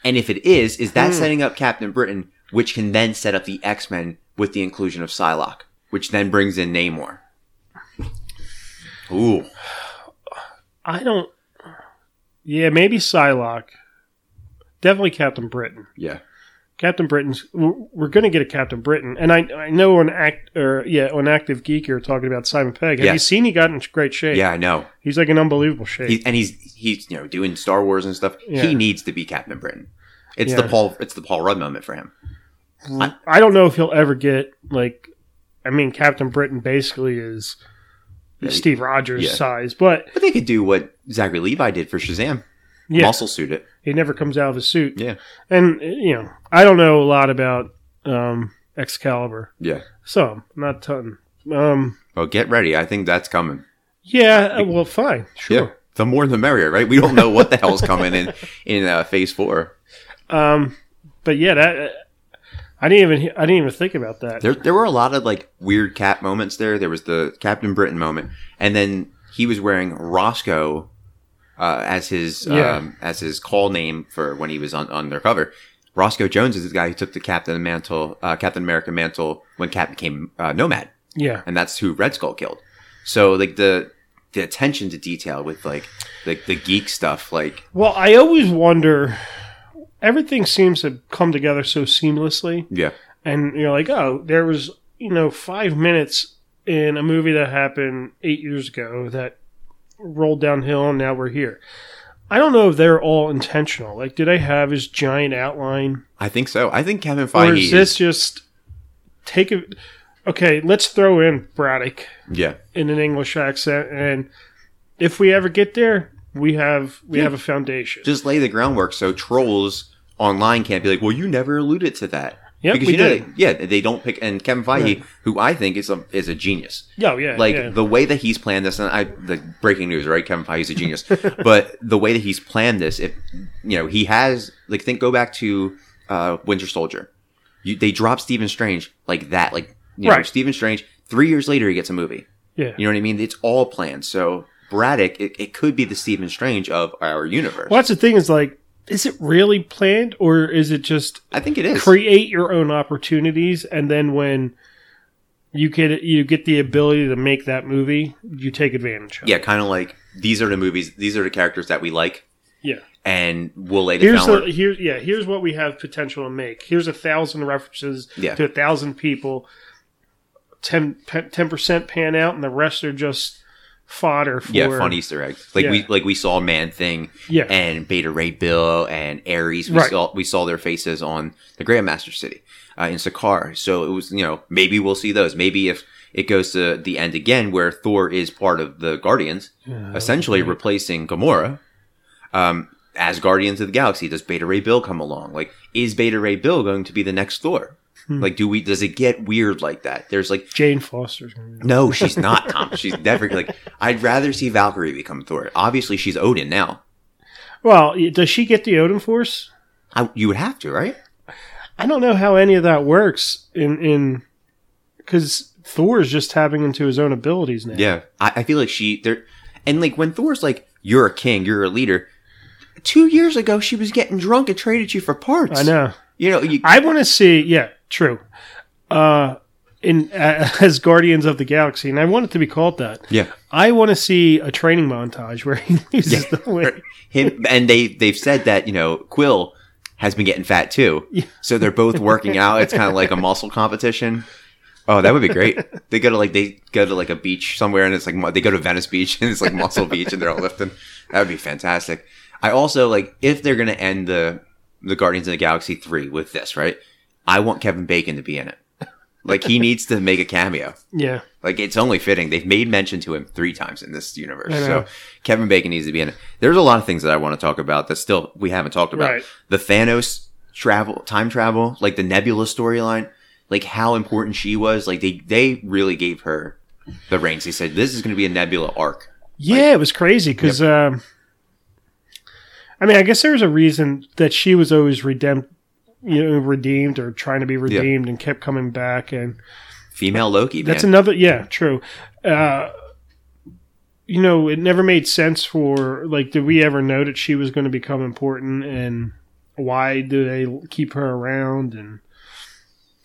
And if it is, is that Hmm. setting up Captain Britain, which can then set up the X Men with the inclusion of Psylocke, which then brings in Namor? Ooh, I don't. Yeah, maybe Psylocke. Definitely Captain Britain. yeah, Captain Britain's. We're, we're going to get a Captain Britain, and I I know on act or yeah on Active Geek you're talking about Simon Pegg. Have Yeah. you seen he got in great shape? yeah, I know. he's like in unbelievable shape. He, and he's he's you know doing Star Wars and stuff. Yeah. He needs to be Captain Britain. It's the Yeah. Paul it's the Paul Rudd moment for him. I- I, don't know if he'll ever get like. I mean, Captain Britain basically is Yeah, he- Steve Rogers yeah. size, but But they could do what Zachary Levi did for Shazam, yeah, muscle suit it. he never comes out of his suit. Yeah. and you know, I don't know a lot about um, Excalibur, Yeah. so not a ton. Um, Well, get ready. I think that's coming. yeah, uh, well, fine, sure. Yeah. The more the merrier, right? We don't know what the hell's coming in in uh, phase four. Um, but yeah, that uh, I didn't even I didn't even think about that. There there were a lot of like weird cap moments there. There was the Captain Britain moment, and then he was wearing Roscoe uh, as his Yeah. um, as his call name for when he was on undercover. Roscoe Jones is the guy who took the Captain mantle, uh, Captain America mantle when Cap became uh, Nomad, yeah, and that's who Red Skull killed. So like the the attention to detail with like like the geek stuff, like well, I always wonder. Everything seems to come together so seamlessly, yeah, and you're like, oh, there was you know five minutes in a movie that happened eight years ago that rolled downhill, and now we're here. I don't know if they're all intentional. Like, do they have his giant outline? I think so. I think Kevin Feige Or is this just take a okay? Let's throw in Braddock yeah. in an English accent, and if we ever get there, we have we Yeah. have a foundation. just lay the groundwork so trolls online can't be like, well, you never alluded to that. Yep, because we you know, did. They, yeah, they don't pick. And Kevin Feige, Right. who I think is a is a genius, yeah, Oh, yeah, like yeah. the way that he's planned this. And I, the breaking news, right? Kevin Feige's a genius, but the way that he's planned this, if you know, he has like think go back to uh, Winter Soldier. You, they drop Stephen Strange like that, like you know, Right. Stephen Strange. Three years later, he gets a movie. yeah. You know what I mean? It's all planned. So Braddock, it, it could be the Stephen Strange of our universe. Well, that's the thing is like, is it really planned or is it just I think it is. create your own opportunities and then when you get you get the ability to make that movie, you take advantage of. it? Yeah, kind of like these are the movies, these are the characters that we like, yeah. and we'll lay the Here's groundwork. the here yeah here's what we have potential to make. Here's a thousand references Yeah. to a thousand people. 10 percent pan out, and the rest are just fodder for yeah, fun Easter eggs. Like we Yeah. like we saw Man Thing Yeah. and Beta Ray Bill and Ares. We Right. saw we saw their faces on the Grandmaster City uh, in Sakaar. So it was you know maybe we'll see those. Maybe if it goes to the end again where Thor is part of the Guardians, essentially replacing Gamora. Um, as Guardians of the Galaxy, does Beta Ray Bill come along? Like, is Beta Ray Bill going to be the next Thor? Hmm. Like, do we? Does it get weird like that? There's like Jane Foster's gonna be no, she's not Tom. She's never like. I'd rather see Valkyrie become Thor. Obviously, she's Odin now. Well, does she get the Odin Force? I, you would have to, right? I don't know how any of that works in in because Thor is just tapping into his own abilities now. Yeah. I, I feel like she there, and like when Thor's like, "You're a king. You're a leader." Two years ago, she was getting drunk and traded you for parts. I know. You know. You, I want to see. Yeah, true. Uh, in as Guardians of the Galaxy, and I want it to be called that. yeah. I want to see a training montage where he loses the weight. Him and they they've said that you know Quill has been getting fat too. So they're both working out. It's kind of like a muscle competition. Oh, that would be great. They go to like they go to like a beach somewhere, and it's like mu- they go to Venice Beach, and it's like Muscle Beach, and they're all lifting. That would be fantastic. I also like if they're gonna end the the Guardians of the Galaxy three with this, right? I want Kevin Bacon to be in it. Like he needs to make a cameo. Yeah, Like it's only fitting. They've made mention to him three times in this universe. I know. So Kevin Bacon needs to be in it. There's a lot of things that I want to talk about that still we haven't talked about. Right. The Thanos travel time travel, like the Nebula storyline, like how important she was. Like they they really gave her the reins. They said this is gonna be a nebula arc. yeah, it was crazy because. Um, I mean, I guess there was a reason that she was always redeemed, you know, redeemed or trying to be redeemed, and kept coming back. And Female Loki, man. That's another. Yeah, true. Uh, you know, it never made sense for like, did we ever know that she was going to become important, and why do they keep her around? And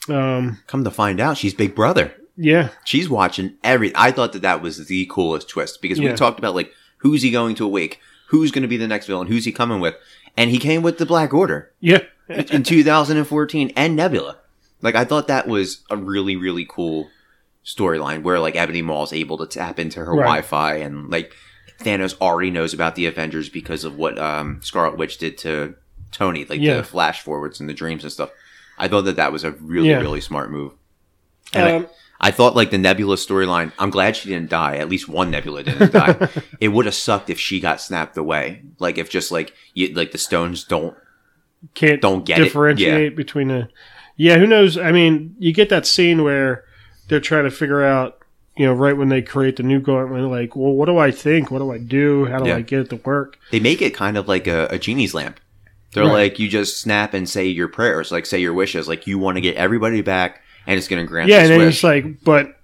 um, Come to find out, she's big brother. yeah, She's watching every. I thought that that was the coolest twist because Yeah. we talked about like who's he going to awake, who's going to be the next villain, who's he coming with, and he came with the Black Order yeah, in 2014 and Nebula. Like I thought that was a really really cool storyline where like Ebony Maw's able to tap into her Right. Wi-Fi and like Thanos already knows about the Avengers because of what um, Scarlet Witch did to Tony, like Yeah. the flash forwards and the dreams and stuff. I thought that that was a really Yeah. really smart move. And I- um, I thought like the Nebula storyline. I'm glad she didn't die. At least one Nebula didn't die. it would have sucked if she got snapped away. Like if just like you, like the stones don't. can't don't get it. differentiate between the. Yeah, who knows? I mean, you get that scene where they're trying to figure out, you know, right when they create the new gauntlet, like, well, what do I think? What do I do? How do Yeah. I get it to work? They make it kind of like a, a genie's lamp. They're Right. like you just snap and say your prayers, like say your wishes, like you want to get everybody back, and it's gonna grant. yeah, this and then wish. it's like, but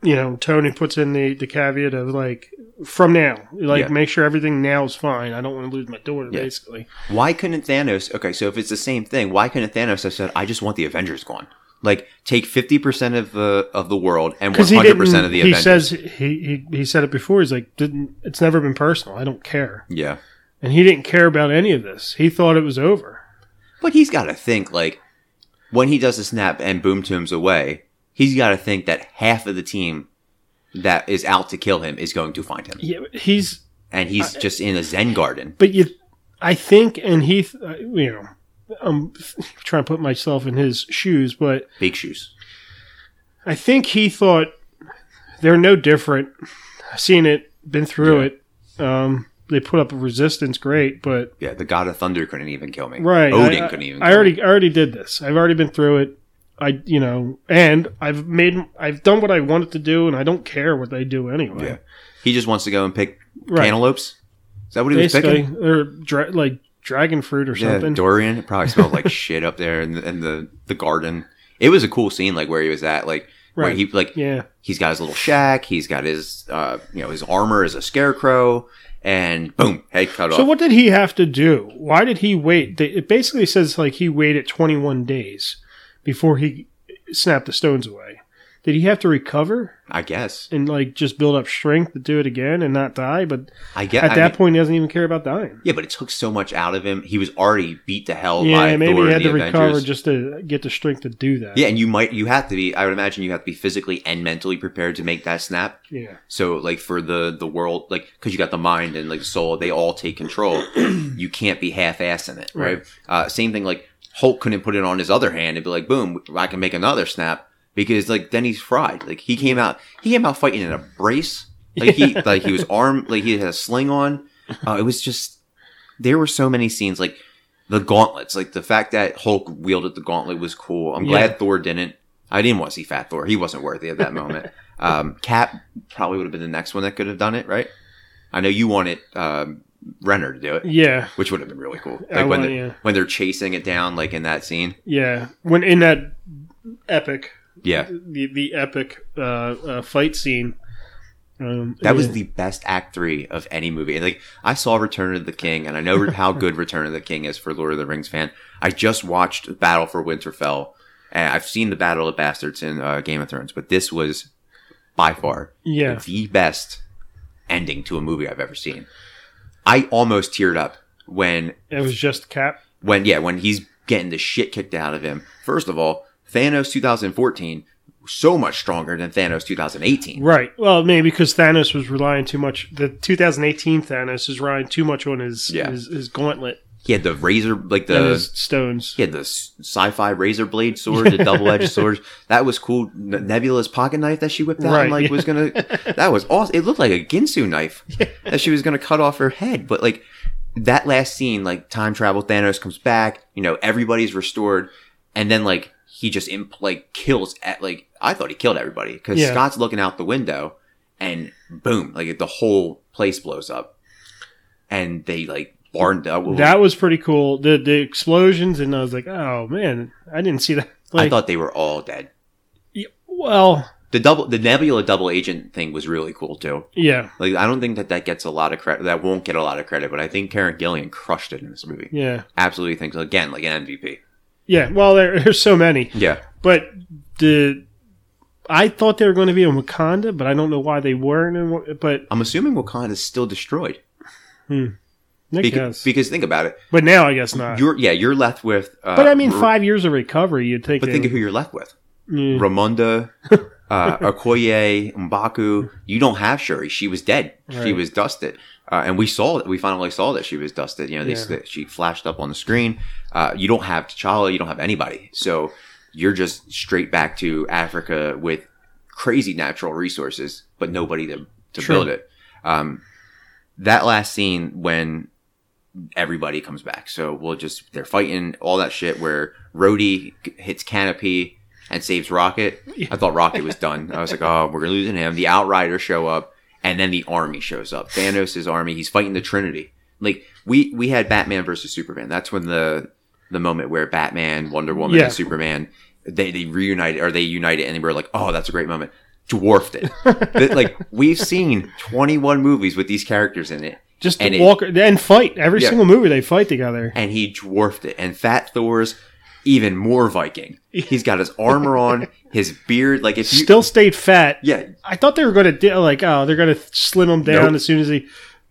you know, Tony puts in the the caveat of like, from now, like, Yeah. make sure everything now is fine. I don't want to lose my daughter, Yeah. basically. Why couldn't Thanos? Okay, so if it's the same thing, why couldn't Thanos have said, "I just want the Avengers gone"? Like take fifty percent of the of the world and one Because he hundred didn't. percent of the he Avengers. says he, he he said it before. He's like, didn't it's never been personal. I don't care, yeah, and he didn't care about any of this. He thought it was over. But he's got to think like when he does the snap and boom tombs away, he's got to think that half of the team that is out to kill him is going to find him, Yeah, he's and he's Uh, just in a Zen garden. but you, I think, and he, th- uh, you know. I'm trying to put myself in his shoes, but Big shoes. I think he thought they're no different. I've seen it, been through it. Um, they put up a resistance, great, but Yeah, the God of Thunder couldn't even kill me. right, Odin I, couldn't even. I kill already, me. I already did this. I've already been through it. I, you know, and I've made, I've done what I wanted to do, and I don't care what they do anyway. Yeah. He just wants to go and pick Right. cantaloupes. Is that what he was Basically, picking? or dra- like dragon fruit or Yeah, something. Dorian. It probably smelled like shit up there in the, in the the garden. It was a cool scene, like where he was at, like where Right. he like yeah, he's got his little shack. He's got his, uh, you know, his armor as a scarecrow, and boom, head cut So off. what did he have to do? Why did he wait? They- It basically says like he waited 21 days before he snapped the stones away. Did he have to recover I guess. and like just build up strength to do it again and not die? But I guess. at I that mean- point, he doesn't even care about dying. yeah, but it took so much out of him. He was already beat to hell by Yeah, maybe Thor he and had to the recover Avengers. just to get the strength to do that. yeah, and you might you have to be. I would imagine you have to be physically and mentally prepared to make that snap. yeah. So like for the the world, like because you got the mind and like soul, they all take control. you can't be half assed in it, right? Uh, same thing like Hulk couldn't put it on his other hand and be like, boom, I can make another snap because like then he's fried. Like he came out, he came out fighting in a brace. Like he like he was armed, like he had a sling on. Uh, it was just there were so many scenes like the gauntlets, like the fact that Hulk wielded the gauntlet was cool. I'm Yeah. glad Thor didn't. I didn't want to see Fat Thor. He wasn't worthy at that moment. Um, Cap probably would have been the next one that could have done it, right? I know you wanted um, Renner to do it, Yeah, which would have been really cool. Like I when want- they're, yeah. when they're chasing it down, like in that scene. yeah. When in that epic, Yeah, the the epic uh, uh, fight scene, um, that was yeah. the best Act Three of any movie. And like I saw Return of the King, and I know how good Return of the King is for Lord of the Rings fan. I just watched Battle for Winterfell, and I've seen the Battle of Bastards in uh, Game of Thrones, but this was by far yeah. the best ending to a movie I've ever seen. I almost teared up when It was just Cap. when yeah when he's getting the shit kicked out of him. First of all, Thanos 2014 so much stronger than Thanos 2018. Right. Well, maybe because Thanos was relying too much. The 2018 Thanos is relying too much on his Yeah. his, his gauntlet He had the razor like and the his stones. he had the s- sci-fi razor blade sword, the double-edged sword. That was cool. Ne- Nebula's pocket knife that she whipped out Right, and like yeah. was gonna. That was awesome. It looked like a Ginsu knife that she was gonna cut off her head. But like that last scene, like time travel, Thanos comes back. You know, everybody's restored, and then like he just imp- like kills at like I thought he killed everybody because Yeah. Scott's looking out the window, and boom, like the whole place blows up, and they like burned up. That was pretty cool. The the explosions and I was like, oh man, I didn't see that. I Like, thought they were all dead. well, The double, the Nebula double agent thing was really cool too. yeah, Like, I don't think that that gets a lot of credit. That won't get a lot of credit, but I think Karen Gillian crushed it in this movie. yeah, Absolutely, thinks again like an MVP. yeah. Well, there, there's so many, Yeah, but the I thought they were going to be in Wakanda, but I don't know why they weren't. In, Wa- but I'm assuming Wakanda is still destroyed Nick because, has. because think about it. but now I guess not. You're yeah, you're left with. Uh, Uh. But I mean, R- five years of recovery, you'd think. But they think of would- who you're left with: Yeah. Ramonda, uh, Okoye, Mbaku. You don't have Shuri. She was dead. She Right. was dusted. Uh, and we saw we finally saw that she was dusted. You know, they, Yeah. that she flashed up on the screen. Uh, you don't have T'Challa. You don't have anybody. So you're just straight back to Africa with crazy natural resources, but nobody to, to Sure. build it. Um, that last scene when everybody comes back. So we'll just, they're fighting all that shit where Rhodey hits Canopy and saves Rocket. I thought Rocket was done. I was like, oh, we're losing him. The Outriders show up and then the army shows up. Thanos' army. He's fighting the Trinity. Like we, we had Batman versus Superman. That's when the, the moment where Batman, Wonder Woman, Yeah. and Superman, they, they reunited or they united and we're like, oh, that's a great moment. Dwarfed it. That, like we've seen 21 movies with these characters in it Just and it- walk and fight. Every Yeah. single movie they fight together. and he dwarfed it. And Fat Thor's even more Viking. He's got his armor on, his beard. Like if you, Still stayed fat. yeah, I thought they were going to do, like, oh, they're going to slim him down Nope. as soon as he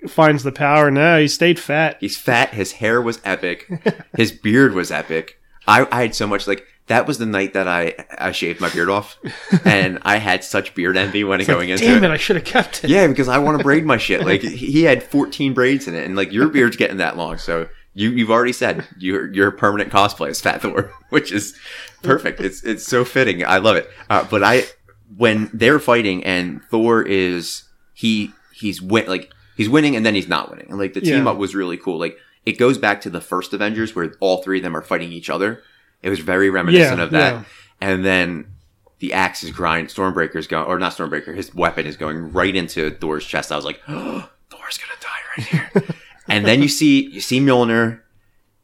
finds the power. No, he stayed fat. he's fat. His hair was epic. His beard was epic. I, I had so much like that was the night that I I shaved my beard off, and I had such beard envy when going into Damn it, I should have kept it. Yeah, because I want to braid my shit. Like he he had 14 braids in it, and like your beard's getting that long. So you you've already said your your permanent cosplay is Fat Thor, which is perfect. It's it's so fitting. I love it. Uh, but I when they're fighting and Thor is he he's win like he's winning and then he's not winning. And like the team Yeah. up was really cool. Like it goes back to the first Avengers where all three of them are fighting each other. It was very reminiscent Yeah, of that. yeah. And then the axe is grind. Stormbreaker's going, or not Stormbreaker. His weapon is going right into Thor's chest. I was like, oh, Thor's gonna die right here. and then you see you see Mjolnir,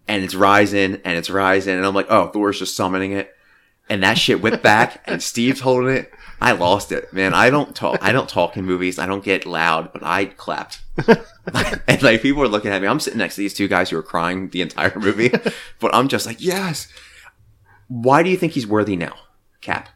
and it's rising and it's rising, and I'm like, oh, Thor's just summoning it. And that shit whipped back, and Steve's holding it. I lost it, man. I don't talk. I don't talk in movies. I don't get loud, but I clapped. and like people were looking at me. I'm sitting next to these two guys who are crying the entire movie, but I'm just like, yes. Why do you think he's worthy now, Cap?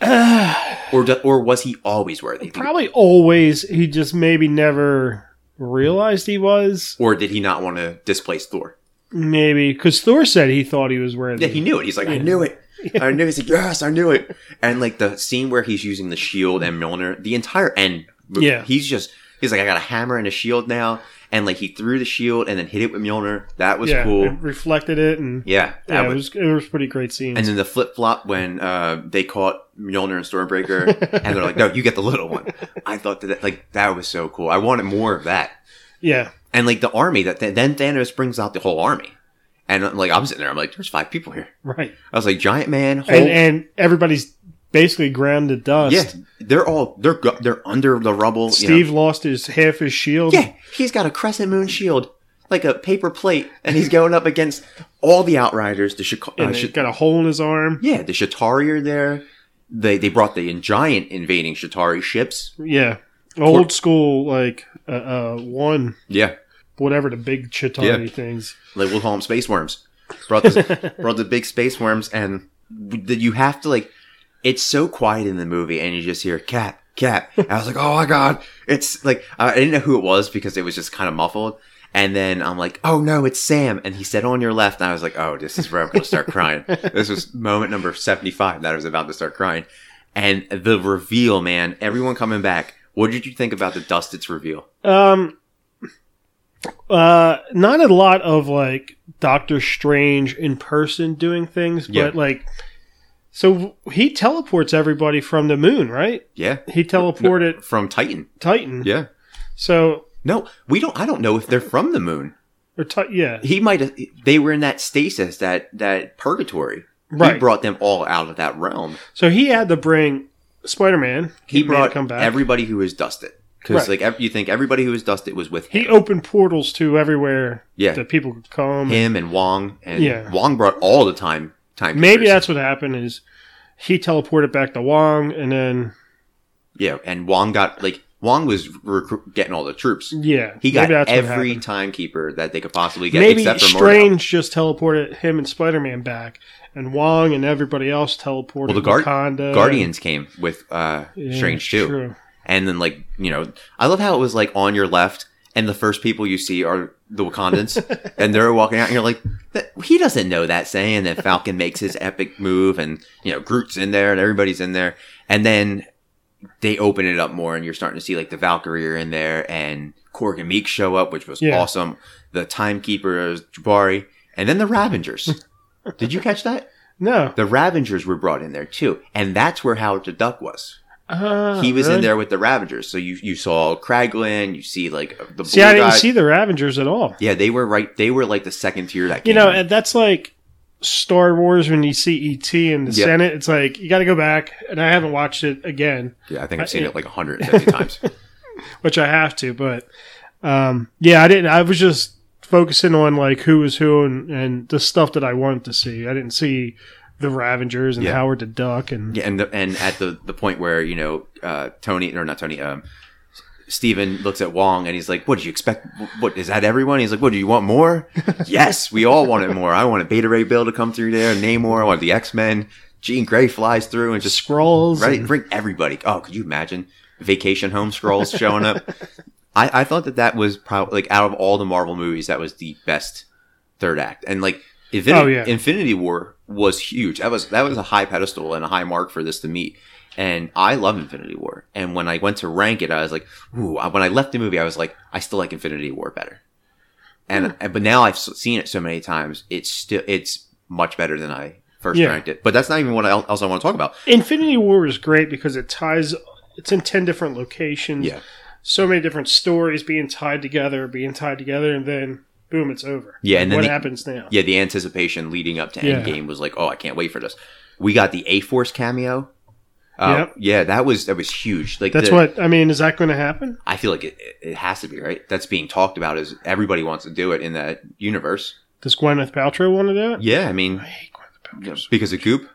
or do, or was he always worthy? Probably always. He just maybe never realized he was. Or did he not want to displace Thor? Maybe because Thor said he thought he was worthy. Yeah, he knew it. He's like, I knew it. I knew. it." He's like, yes, I knew it. And like the scene where he's using the shield and Mjolnir, the entire end. Yeah. he's just he's like, I got a hammer and a shield now, and like he threw the shield and then hit it with Mjolnir. That was yeah, cool. it reflected it, and Yeah, that yeah, was, it was it was pretty great scene. And then the flip flop when uh, they caught Mjolnir and Stormbreaker, and they're like, "No, you get the little one." I thought that like that was so cool. I wanted more of that. yeah, And like the army that then Thanos brings out the whole army, and uh, like I'm sitting there, I'm like, "There's five people here." right. I was like, "Giant man, Hulk, And and everybody's basically ground to dust. yeah, they're all they're go- they're under the rubble." you know. Steve lost his half his shield. yeah, he's got a crescent moon shield, like a paper plate, and he's going up against all the Outriders, the Chicago. and he got a hole in his arm. Yeah, the Shatari are there. They they brought the giant invading Shatari ships. Yeah, old school like uh, uh one Yeah, whatever the big Chitani Yeah. things. like we'll call them space worms. Brought the brought the big space worms, and that you have to like. It's so quiet in the movie, and you just hear cap cap. I was like, oh my god, it's like I I didn't know who it was because it was just kind of muffled. And then I'm like, oh no, it's Sam. And he said, on your left. And I was like, oh, this is where I'm going to start crying. this was moment number 75 that I was about to start crying. And the reveal, man, everyone coming back. What did you think about the Dusted's reveal? Um, uh, not a lot of like Doctor Strange in person doing things, but Yeah. like, so he teleports everybody from the moon, right? Yeah. He teleported From Titan. Titan. Yeah. So No, we don't. I don't know if they're from the moon. or Ti- yeah, He might. have They were in that stasis, that that purgatory. He Right. brought them all out of that realm. so he had to bring Spider Man. He brought everybody who was dusted. Because Right. like ev- you think everybody who was dusted was with him. He opened portals to everywhere Yeah. that people could come. him and Wong and Yeah. Wong brought all the time. Time. Maybe keepers. that's what happened is he teleported back to Wong, and then yeah. And Wong got like Wong was recru- getting all the troops. yeah, He got maybe that's what every happened. timekeeper that they could possibly get, Maybe except for Strange. Strange just teleported him and Spider Man back, and Wong and everybody else teleported. Well, the Guar- Wakanda Guardians came with uh, and- Strange uh, Yeah, too. true. and then like you know i love how it was like on your left and the first people you see are the wakandans and they're walking out and you're like "That- he doesn't know that saying that falcon makes his epic move and you know groot's in there and everybody's in there and then they open it up more and you're starting to see like the valkyrie are in there and korg and meek show up which was Yeah. awesome the timekeepers jabari and then the ravengers did you catch that No, the ravengers were brought in there too and that's where howard the duck was Ah, he was really? in there with the Ravagers. So you you saw Kraglin, you see like uh, the See, blue I didn't guy. see the Ravengers at all. Yeah, they were right. They were like the second tier that You came know, in. and that's like Star Wars when you see ET in the Yeah. Senate. It's like you got to go back, and I haven't watched it again, yeah, I think I've seen it like 150 times. which I have to. But um, yeah, I didn't. I was just focusing on like who was who and, and the stuff that I wanted to see. I didn't see the Ravengers and Yeah. Howard the Duck and Yeah, and the, and at the the point where you know uh, Tony or not Tony, um, Steven looks at Wong and he's like, "What do you expect? What is that? Everyone?" He's like, "What do you want more?" yes, we all want it more. I want a Beta Ray Bill to come through there, Namor. I want the X Men. Jean Grey flies through and just Scrolls. Right, bring everybody. Oh, could you imagine vacation home scrolls showing up? I, I thought that that was probably like out of all the Marvel movies, that was the best third act, and like Infinity, Oh, yeah. Infinity War was huge. That was that was a high pedestal and a high mark for this to meet. And I love Infinity War. And when I went to rank it, I was like, ooh. I- When I left the movie, I was like, I still like Infinity War better. Hmm. And and- but now I've s- seen it so many times, it's still it's much better than I first Yeah. ranked it. But that's not even what el- else I want to talk about. Infinity War is great because it ties. It's in ten different locations. Yeah. So many different stories being tied together, being tied together, and then boom, it's over. Yeah, and then what the- happens now? yeah, the anticipation leading up to Yeah. Endgame was like, oh, I can't wait for this. We got the A Force cameo. Uh, Yep. Yeah, that was that was huge. Like That's the- what I mean. Is that going to happen? I feel like it, it- it has to be right. That's being talked about is everybody wants to do it in that universe. Does Gwyneth Paltrow want to do it? Yeah, I mean, I hate Gwyneth Paltrow. you know, because of Goop.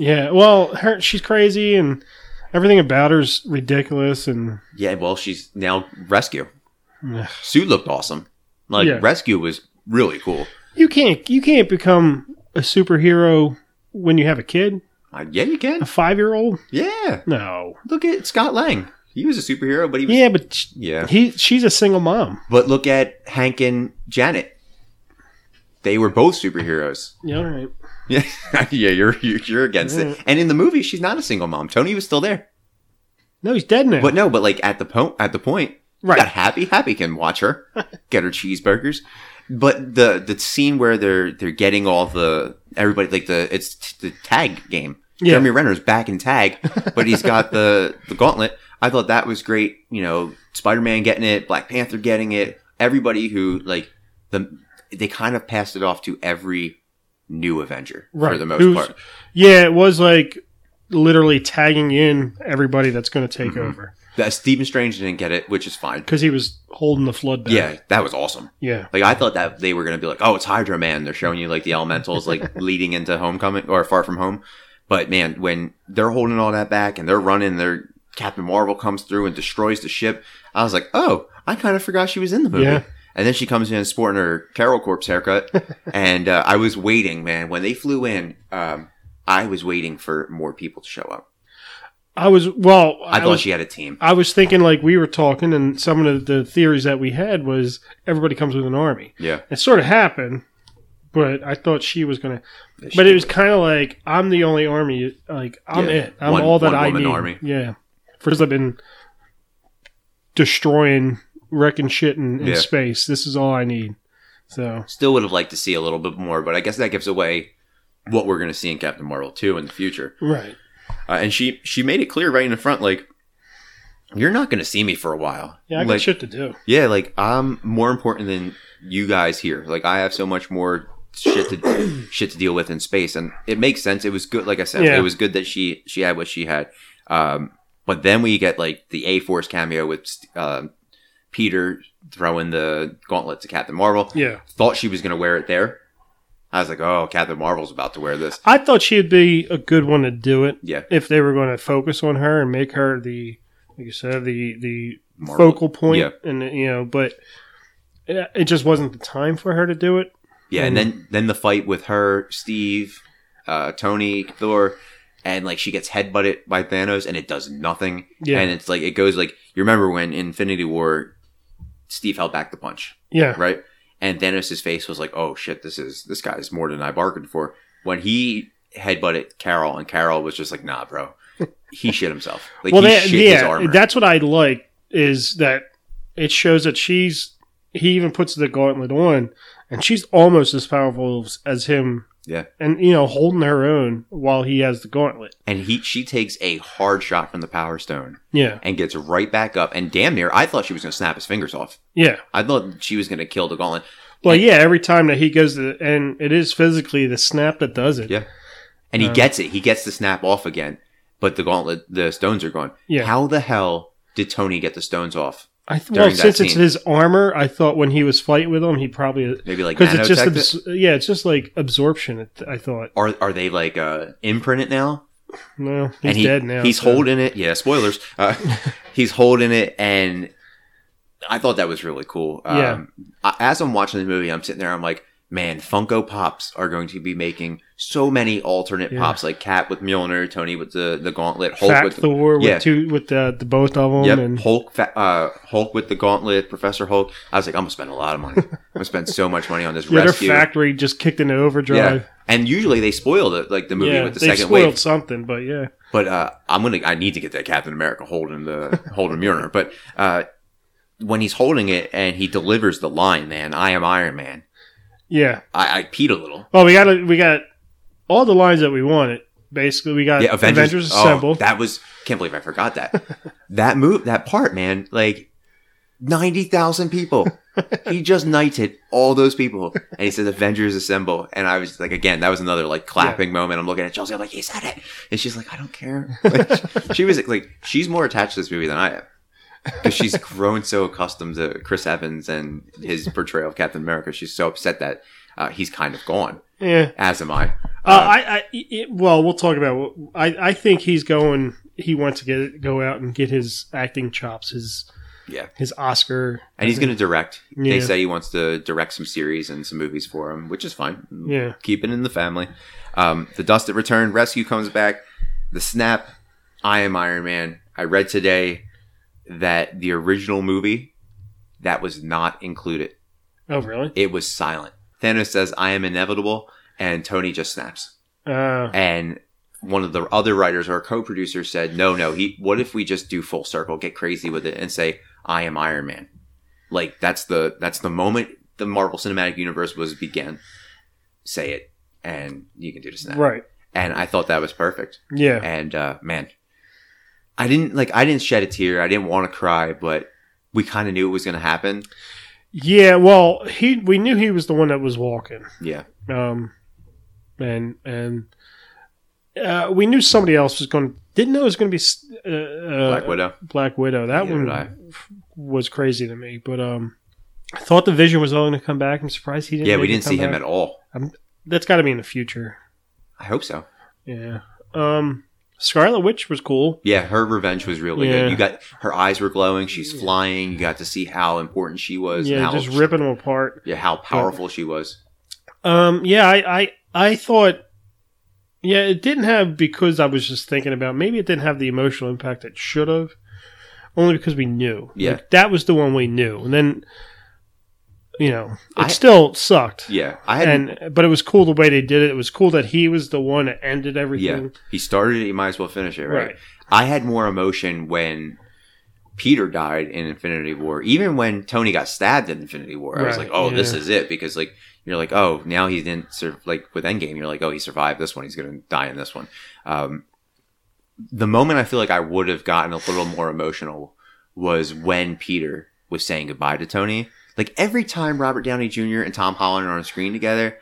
Yeah, well, her she's crazy and everything about her's ridiculous and Yeah, well, she's now Rescue. Ugh. Sue looked awesome. Like Yeah. Rescue was really cool. you can't you can't become a superhero when you have a kid. I, Uh, yeah, you A can. five year old? Yeah, No. look at Scott Lang. He was a superhero, but he was Yeah, but sh- yeah. he she's a single mom. But look at Hank and Janet. They were both superheroes. Yeah, all right. Yeah, yeah, you're you're you're against it. And in the movie, she's not a single mom. Tony was still there, No, he's dead now. but no, but like at the po- at the point, Right. Got happy, happy can watch her get her cheeseburgers. But the the scene where they're they're getting all the everybody like the it's t- the tag game. Yeah. Jeremy Renner's back in tag, but he's got the the gauntlet. I thought that was great. You know, Spider Man getting it, Black Panther getting it. Everybody who like the they kind of passed it off to every new Avenger for Right. the most Who's- part. Yeah, it was like literally tagging in everybody that's going to take Mm-hmm. over. 'Cause over That Stephen Strange didn't get it, which is fine. because he was holding the flood back. Yeah, that was awesome. yeah, Like I thought that they were gonna be like, oh, it's Hydra Man. They're showing you like the elementals like leading into Homecoming or Far From Home. But man, when they're holding all that back and they're running, their Captain Marvel comes through and destroys the ship. I was like, oh, I kind of forgot she was in the movie. Yeah. And then she comes in sporting her Carol Corpse haircut, and uh, I was waiting, man. When they flew in, um, I was waiting for more people to show up. I was well. I, I, thought was, she had a team. I was thinking like we were talking, and some of the, the theories that we had was everybody comes with an army. Yeah, It sort of happened, but I thought she was going to. She But it did. was kind of like I'm the only army. Like I'm Yeah. it. I'm One- all that one I woman need. army. Yeah, first I've been destroying, wrecking shit in, in Yeah. space. This is all I need. So Still would have liked to see a little bit more, but I guess that gives away what we're going to see in Captain Marvel 2 in the future. right. Uh, and she she made it clear right in the front, like, you're not going to see me for a while. Yeah, I got like, shit to do. yeah, like I'm more important than you guys here. Like I have so much more shit to shit to deal with in space, and it makes sense. It was good, like I said, Yeah. it was good that she she had what she had. Um, but then we get like the A Force cameo with um Peter throwing the gauntlet to Captain Marvel Yeah, thought she was going to wear it there. I was like, oh, Captain Marvel's about to wear this. I thought she'd be a good one to do it Yeah, if they were going to focus on her and make her the, like you said, the the Marvel. focal point, Yeah. and you know, but it, it just wasn't the time for her to do it. Yeah, and then then the fight with her, Steve, uh, Tony, Thor, and like she gets headbutted by Thanos, and it does nothing. Yeah. and it's like it goes like you remember when Infinity War, Steve held back the punch, Yeah, right? And Thanos' face was like, oh shit, this is this guy's more than I bargained for. When he headbutted Carol, and Carol was just like, nah, bro, he shit himself. Like well, he that, shit his yeah, armor. that's what I like is that it shows that she's he even puts the gauntlet on, and she's almost as powerful as, as him. Yeah. and you know, holding her own while he has the gauntlet. and he she takes a hard shot from the Power Stone Yeah, and gets right back up. And damn near, I thought she was going to snap his fingers off. yeah. I thought she was going to kill the gauntlet. Well, yeah, every time that he goes to, and it is physically the snap that does it. Yeah. And he Um, gets it. He gets the snap off again, but the gauntlet, the stones are gone. Yeah. How the hell did Tony get the stones off? I th- During well, that since it's scene. his armor, I thought when he was fighting with him, he probably Maybe like because it's just nanotech abs- yeah, it's just like absorption. it- I thought Are are they like uh, imprinted now? no, he's and he, dead now. He's so- holding it. Yeah, spoilers. Uh, he's holding it, and I thought that was really cool. Um, Yeah. I- as I'm watching the movie, I'm sitting there. I'm like, man, Funko Pops are going to be making so many alternate Yeah. pops, like Cat with Mjolnir, Tony with the the gauntlet, Hulk Fat with the Thor with yeah. two with the, the both of them Yep, and Hulk, fa- uh, Hulk with the gauntlet, Professor Hulk. I was like, I'm gonna spend a lot of money. I'm gonna spend so much money on this the other rescue. factory just kicked into overdrive. Yeah, and usually they spoil the like the movie Yeah, with the they second spoiled wave. something, but yeah, But uh, I'm gonna, I need to get that Captain America holding the holding Mjolnir. But uh, when he's holding it and he delivers the line, man, I am Iron Man. yeah. I, I peed a little. Well, we got a- we got all the lines that we wanted. Basically, we got Yeah, Avengers, Uh, Avengers oh, Assemble. That was can't believe I forgot that. that move, that part, man, like ninety thousand people. he just knighted all those people, and he says Avengers Assemble. And I was like, again, that was another like clapping moment. I'm looking at Chelsea, I'm like, he said it, and she's like, I don't care. Like, she was like, she's more attached to this movie than I am. Because she's grown so accustomed to Chris Evans and his portrayal of Captain America, she's so upset that uh, he's kind of gone. yeah. As am I. Uh, I, I, it- well, we'll talk about. What, I, I think he's going. He wants to get go out and get his acting chops, his Yeah. his Oscar, And he's going to direct. They Yeah. say he wants to direct some series and some movies for him, which is fine. Yeah. Keep it in the family. Um, the Dust at Return, Rescue comes back. The Snap, I am Iron Man. I read today that the original movie that was not included. Oh, really? It was silent. Thanos says, "I am inevitable," and Tony just snaps. Uh, And one of the other writers or co-producer said, "No, no. He. What if we just do full circle, get crazy with it, and say I am Iron Man? Like that's the that's the moment the Marvel Cinematic Universe was began. Say it, and you can do the snap. right. And I thought that was perfect. Yeah. And uh, man, I didn't like. I didn't shed a tear. I didn't want to cry, but we kind of knew it was going to happen. Yeah. Well, he we knew he was the one that was walking. Yeah. Um, and and uh, we knew somebody else was going. Didn't know it was going to be s- uh, uh, Black Widow. Black Widow. That Neither one did I. was crazy to me. But um, I thought the Vision was going to come back. I'm surprised he didn't. Yeah, we didn't see him at all. That's got to be in the future. I hope so. Yeah. Um, Scarlet Witch was cool. Yeah, her revenge was really Yeah. good. You got her eyes were glowing. She's flying. You got to see how important she was. and yeah, how, just ripping them apart. yeah, how powerful she was. Um, yeah, I, I, I thought, yeah, it didn't have because I was just thinking about maybe it didn't have the emotional impact it should have, only because we knew. Yeah. Like, that was the one we knew, and then, you know, it I- still sucked. Yeah, I had. And but it was cool the way they did it. It was cool that he was the one that ended yeah, everything. he started it. You might as well finish it, right? Right. I had more emotion when Peter died in Infinity War. Even when Tony got stabbed in Infinity War, I was Right, like, "Oh, this yeah. is it," because like you're like, "Oh, now he didn't sur- like with Endgame." You're like, "Oh, he survived this one. He's gonna die in this one." Um, the moment I feel like I would have gotten a little more emotional was when Peter was saying goodbye to Tony. Like every time Robert Downey Jr. and Tom Holland are on screen together,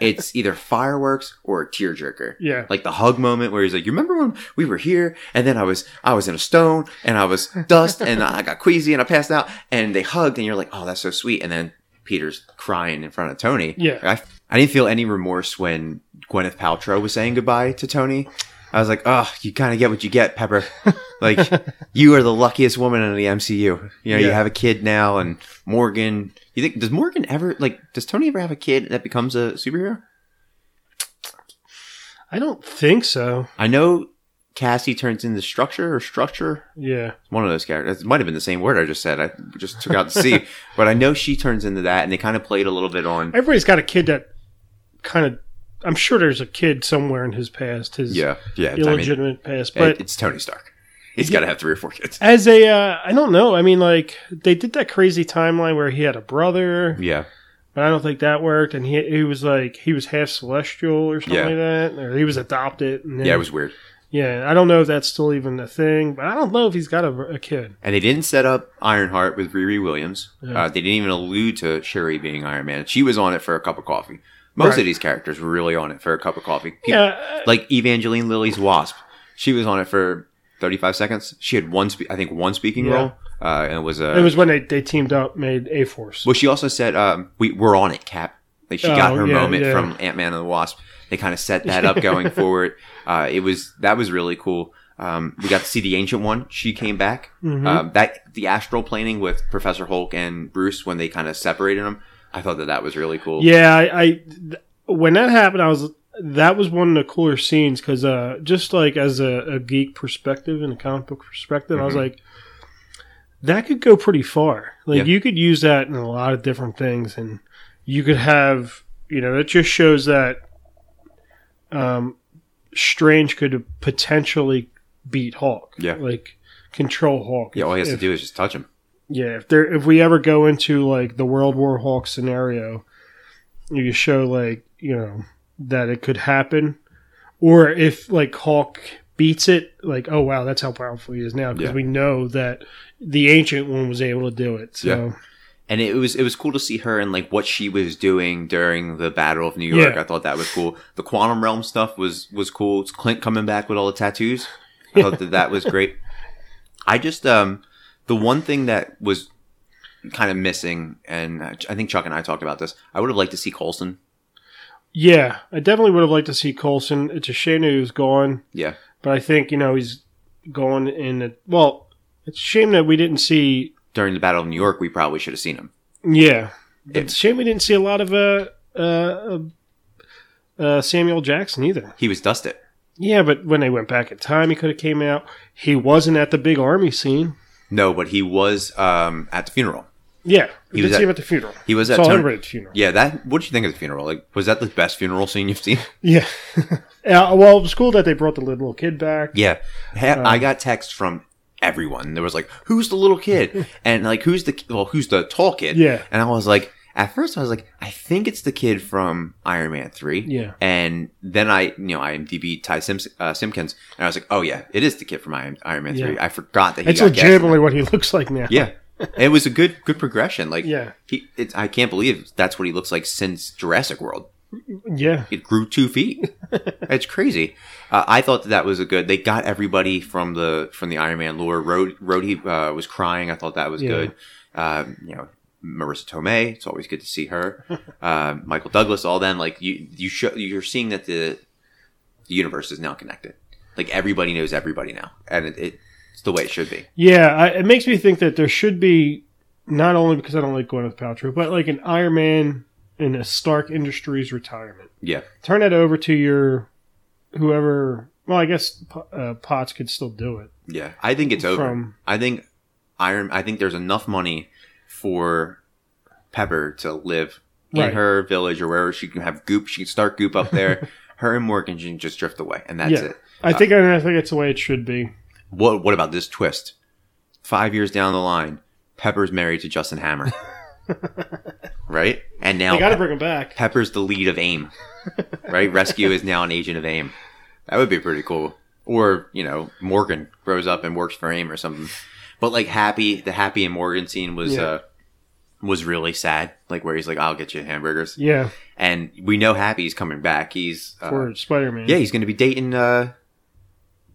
it's either fireworks or a tearjerker Yeah. like the hug moment where he's like, "You remember when we were here?" And then I was, I was in a stone, and I was dust, and I got queasy, and I passed out, and they hugged, and you're like, "Oh, that's so sweet." And then Peter's crying in front of Tony. Yeah. I, I didn't feel any remorse when Gwyneth Paltrow was saying goodbye to Tony. I was like, "Oh, you kind of get what you get, Pepper. Like, you are the luckiest woman in the MCU. You know, you Yeah. have a kid now, and Morgan. You think does Morgan ever like? Does Tony ever have a kid that becomes a superhero? I don't think so. I know Cassie turns into structure or structure. Yeah. It's one of those characters. It might have been the same word I just said. I just took out the C. But I know she turns into that, and they kind of played a little bit on. Everybody's got a kid that kind of. I'm sure there's a kid somewhere in his past, his Yeah, yeah. I mean, illegitimate past, it- but it's Tony Stark. He's got to have three or four kids. as a uh, I don't know. I mean, like they did that crazy timeline where he had a brother, Yeah, but I don't think that worked. And he he was like he was half celestial or something Yeah. like that, or he was adopted. And then, yeah. It was weird, yeah, I don't know if that's still even a thing, but I don't know if he's got a, a kid. and they didn't set up Ironheart with Riri Williams. Yeah. Uh, they didn't even allude to Sherry being Iron Man. She was on it for a cup of coffee. Most Right. of these characters were really on it for a cup of coffee. Pe- Yeah, like Evangeline Lilly's Wasp. She was on it for 35 seconds. She had one, spe- I think, one speaking Yeah. role, uh, and it was a. it was when they, they teamed up, made A Force. well, she also said, um, "We we're on it, Cap." Like she got Oh, her yeah, moment yeah. from Ant Man and the Wasp. They kind of set that up going forward. Uh, it was that was really cool. Um, we got to see the Ancient One. She came back. Mhm. Um, that the astral planing with Professor Hulk and Bruce when they kind of separated them. I thought that that was really cool. Yeah, I, I th- when that happened, I was that was one of the cooler scenes because uh, just like as a, a geek perspective and a comic book perspective, I was Mhm. like, that could go pretty far. Like Yeah. you could use that in a lot of different things, and you could have you know that just shows that um, Strange could potentially beat Hawk. Yeah. like control Hawk. Yeah, all he has if- to do is just touch him. yeah, if there if we ever go into like the World War Hawk scenario, you show like, you know, that it could happen. Or if like Hawk beats it, like, oh wow, that's how powerful he is now because Yeah. we know that the ancient one was able to do it. So and it was it was cool to see her and like what she was doing during the Battle of New York. Yeah. I thought that was cool. The quantum realm stuff was was cool. It's Clint coming back with all the tattoos. I thought that that was great. I just um the one thing that was kind of missing, and I I think Chuck and I talked about this. I would have liked to see Colson. yeah, I definitely would have liked to see Colson. It's a shame that he was gone. Yeah, But I think, you know, he's gone in a well, it's a shame that we didn't see during the Battle of New York, we probably should have seen him. Yeah, but It- it's a shame we didn't see a lot of uh, uh, uh, Samuel Jackson either. He was dusted. Yeah, but when they went back in time, he could have came out. He wasn't at the big army scene. No, but he was um, at the funeral. Yeah, we He did was see at- him at the funeral. He was at Saw Tony- him at the funeral. Yeah, that. What did you think of the funeral? Like, was that the best funeral scene you've seen? Yeah. yeah well, it was cool that they brought the little kid back. Yeah, He- I got texts from everyone. There was like, "Who's the little kid?" and like, "Who's the well, who's the tall kid?" Yeah. and I was like, at first I was like, I think it's the kid from Iron Man three. Yeah. and then I, you know, IMDb Ty Sims, uh, Simpkins, and I was like, oh yeah, it is the kid from Iron, Iron Man three. Yeah. I forgot that he It's got cast. legitimately what he looks like now. Yeah, it was a good good progression. Like, Yeah. he, it's I can't believe that's what he looks like since Jurassic World Yeah. it grew two feet. It's crazy. Uh, I thought that, that was a good. They got everybody from the from the Iron Man lore. Rhodey Rhodey, uh, was crying. I thought that was Yeah. good. Um, you know, Marissa Tomei. It's always good to see her. Uh, Michael Douglas. All them. Like you, you show, you're seeing that the the universe is now connected. Like everybody knows everybody now, and it, it's the way it should be. Yeah, I, it makes me think that there should be not only because I don't like Gwyneth Paltrow, but like an Iron Man in a Stark Industries retirement. Yeah. Turn that over to your whoever. Well, I guess Po- uh, Potts could still do it. Yeah, I think it's over. From- I think Iron. I think there's enough money for Pepper to live in Right. her village or wherever she can have Goop. She can start Goop up there. her and Morgan can just drift away, and that's Yeah. it. I think and I think that's the way it should be. What What about this twist? Five years down the line, Pepper's married to Justin Hammer, right? And now They got to bring him back. Pepper's the lead of AIM, right? Rescue is now an agent of AIM. That would be pretty cool. Or you know, Morgan grows up and works for AIM or something. But like Happy, the Happy and Morgan scene was Yeah. uh, was really sad. Like where he's like, "I'll get you hamburgers," Yeah, and we know Happy's coming back. He's uh, for Spider Man. yeah, he's going to be dating uh,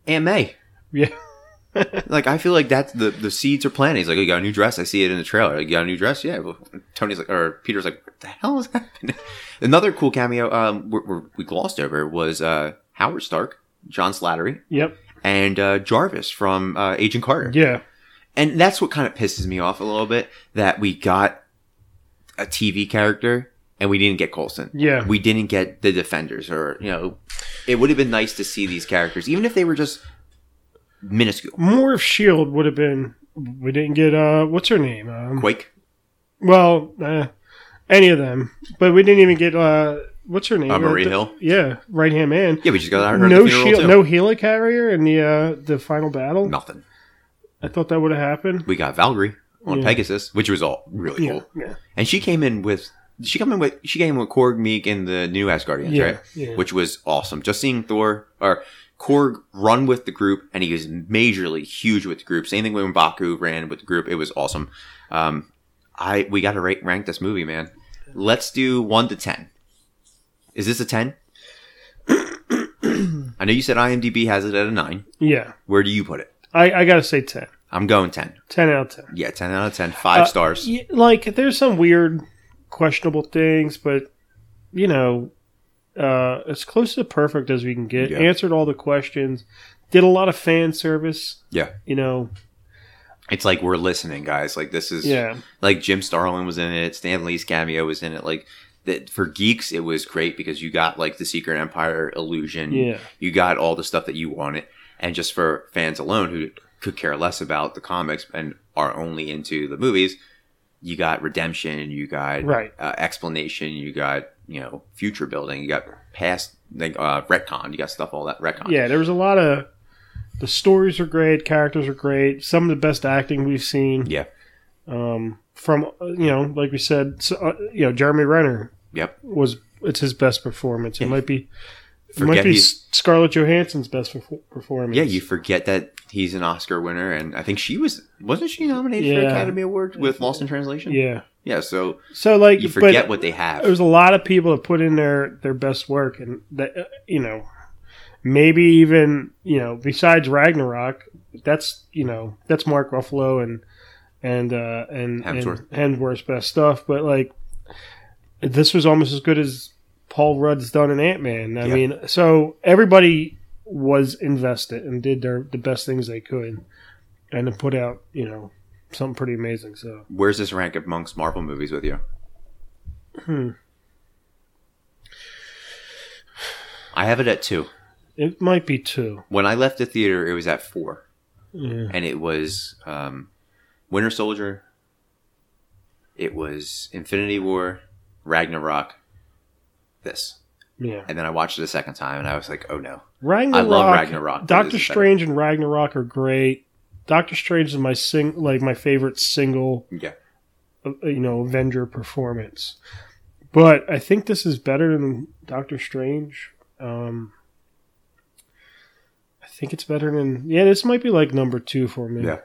Aunt May. yeah, Like I feel like that's the the seeds are planted. He's like, "Oh, "You got a new dress." I see it in the trailer. Like, you got a new dress? Yeah. Well, Tony's like, or Peter's like, "What the hell is happening?" Another cool cameo um we we we glossed over was uh Howard Stark, John Slattery, yep, and uh, Jarvis from uh, Agent Carter. yeah, And that's what kind of pisses me off a little bit that we got a TV character and we didn't get Colson. Yeah. We didn't get the Defenders or, you know, it would have been nice to see these characters, even if they were just minuscule. more of Shield E would have been. We didn't get uh, what's her name? Um, Quake. Well, uh, any of them, but we didn't even get uh, what's her name? Uh, Maria The- Hill? Yeah, right hand man. Yeah, we just got out of her no the funeral shield, too. E no helicarrier in the uh, the final battle. nothing. I thought that would have happened. We got Valkyrie on Yeah. Pegasus, which was all really Yeah, cool. yeah, And she came in with she came in with she came in with Korg, Meek, and the new Asgardians, Yeah, right? yeah. Which was awesome. Just seeing Thor or Korg run with the group, and he was majorly huge with the group. Same thing when Baku ran with the group; it was awesome. Um, I we got to rate rank this movie, man. Let's do one to ten. Is this a ten? I know you said IMDb has it at a nine. yeah. Where do you put it? I, I gotta say ten. I'm going ten. Ten out of ten. Yeah, ten out of ten. Five Uh, stars. Y- Like there's some weird, questionable things, but you know, uh, as close to perfect as we can get. Yeah. Answered all the questions. Did a lot of fan service. Yeah. You know. It's like we're listening, guys. Like this is Yeah. like Jim Starlin was in it, Stan Lee's cameo was in it. Like that for geeks, it was great because you got like the Secret Empire illusion. Yeah. You got all the stuff that you wanted. And just for fans alone who could care less about the comics and are only into the movies, you got redemption, you got Right. uh, explanation, you got, you know, future building, you got past like uh retcon, you got stuff all that retcon. Yeah, there was a lot of the stories are great, characters are great, some of the best acting we've seen. Yeah. Um, from uh, you know, like we said, so, uh, you know, Jeremy Renner Yep. was it's his best performance. It Yeah. might be it might Forget be he's- S- Scarlett Johansson's best perfo- performance. Yeah, you forget that he's an Oscar winner, and I think she was wasn't she nominated for Yeah. Academy Award with Lost in Translation? yeah. yeah. So So like, you forget but what they have. there's a lot of people that put in their their best work, and that uh, you know, maybe even you know, besides Ragnarok, that's you know, that's Mark Ruffalo and and uh, and Hemsworth. and Hemsworth's best stuff. But like, this was almost as good as Paul Rudd's done in Ant Man. I Yeah. mean, so everybody was invested and did their the best things they could, and to put out you know something pretty amazing. So Where's this rank amongst Hmm. Marvel movies with you? I have it at two. It might be two. When I left the theater, it was at four, Yeah. and it was um, Winter Soldier. It was Infinity War, Ragnarok, this, yeah. and then I watched it a second time, and I was like, "Oh no, Ragnarok. I love Ragnarok." but Doctor this is better. Strange and Ragnarok are great. Doctor Strange is my sing like my favorite single Yeah. uh, you know Avenger performance. But I think this is better than Doctor Strange. Um I think it's better than yeah, this might be like number 2 for me. Yeah.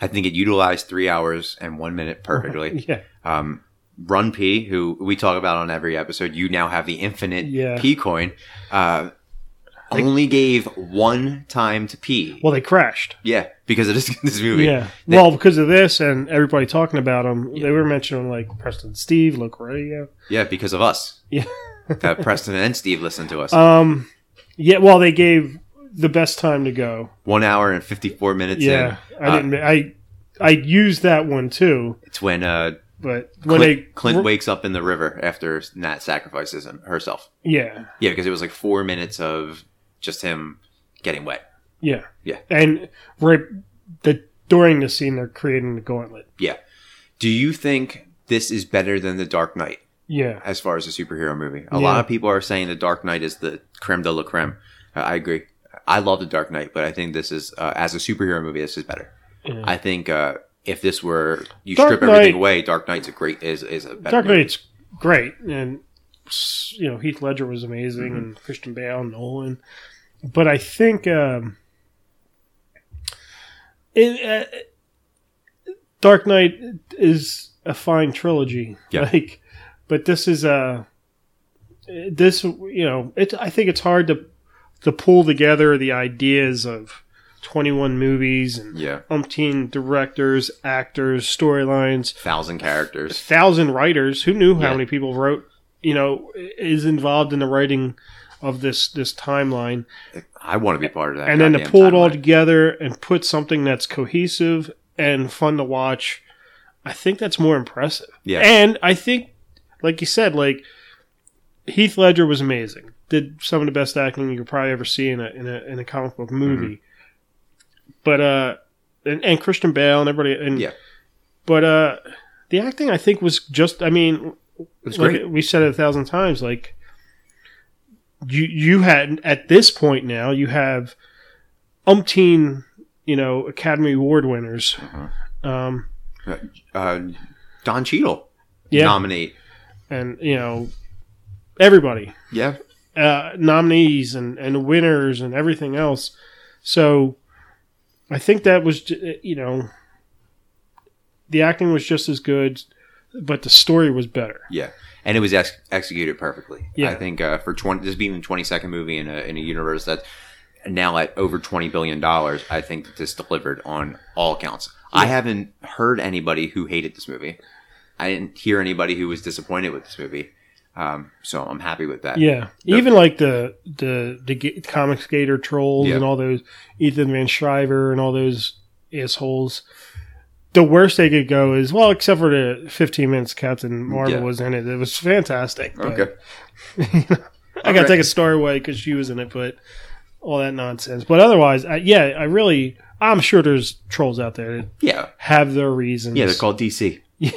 I think it utilized three hours and one minute perfectly. Yeah. um, Run P, who we talk about on every episode, you now have the infinite Yeah. P coin. Uh, Like- only gave one time to P. Well, they crashed. yeah, because of this, this movie. Yeah. They- well, because of this and everybody talking about them, Yeah. they were mentioning like Preston Steve, Luke Ray. Yeah, because of us. Yeah. that Preston and Steve listened to us. Yeah. Um yeah, well, they gave the best time to go. one hour and fifty four minutes. yeah. in. I Uh, didn't I I used that one too, It's when uh, but when Clint, they Clint wakes up in the river after Nat sacrifices him, herself. Yeah. Yeah, because it was like four minutes of just him getting wet. Yeah. Yeah. And right the during the scene they're creating the gauntlet. Do you think this is better than The Dark Knight? Yeah. as far as a superhero movie. A Yeah. lot of people are saying The Dark Knight is the creme de la creme. Uh, I agree. I love The Dark Knight, but I think this is uh, as a superhero movie, this is better. Yeah. I think uh, if this were you Dark strip everything Knight- away, Dark Knight's a great is is a better Dark movie. Knight's great and s- you know Heath Ledger was amazing and Mhm. Christian Bale and Nolan. But I think um it, uh, Dark Knight is a fine trilogy. Yeah. Like but this is a this you know, it I think it's hard to to pull together the ideas of 21 movies and Yeah, umpteen directors, actors, storylines, thousand a characters. thousand writers. Who knew how Yeah. many people wrote? You know, is involved in the writing of this this timeline, I want to be part of that. and then to goddamn pull it all timeline. together and put something that's cohesive and fun to watch. I think that's more impressive. Yeah. and I think, like you said, like Heath Ledger was amazing. Did some of the best acting you could probably ever see in a in a, in a comic book movie. But uh, and, and Christian Bale and everybody and Mm-hmm. Yeah. but uh, the acting I think was just. I mean, It's like great. we said it a thousand times. Like you you had at this point now you have umpteen you know Academy Award winners. Mm-hmm. Um, Uh, Don Cheadle yeah, nominate. and you know everybody. Yeah, uh, nominees and, and winners and everything else. So I think that was, j- you know, the acting was just as good, but the story was better. Yeah, and it was ex- executed perfectly. Yeah. I think uh, for twenty, this being the twenty second movie in a in a universe that's now at over twenty billion dollars, I think that this delivered on all counts. I haven't heard anybody who hated this movie. I didn't hear anybody who was disappointed with this movie. Um, so I'm happy with that. Yeah, Yeah. even like the the the ga- comic skater trolls Yeah. and all those Ethan Van Shriver and all those assholes. The worst they could go is well, except for the 15 minutes Captain Marvel Yeah. was in it. It was fantastic. but- Okay. I gotta Alright. take a star away because she was in it, but all that nonsense. But otherwise, I, yeah, I really, I'm sure there's trolls out there that Yeah. have their reasons. Yeah, they're called DC.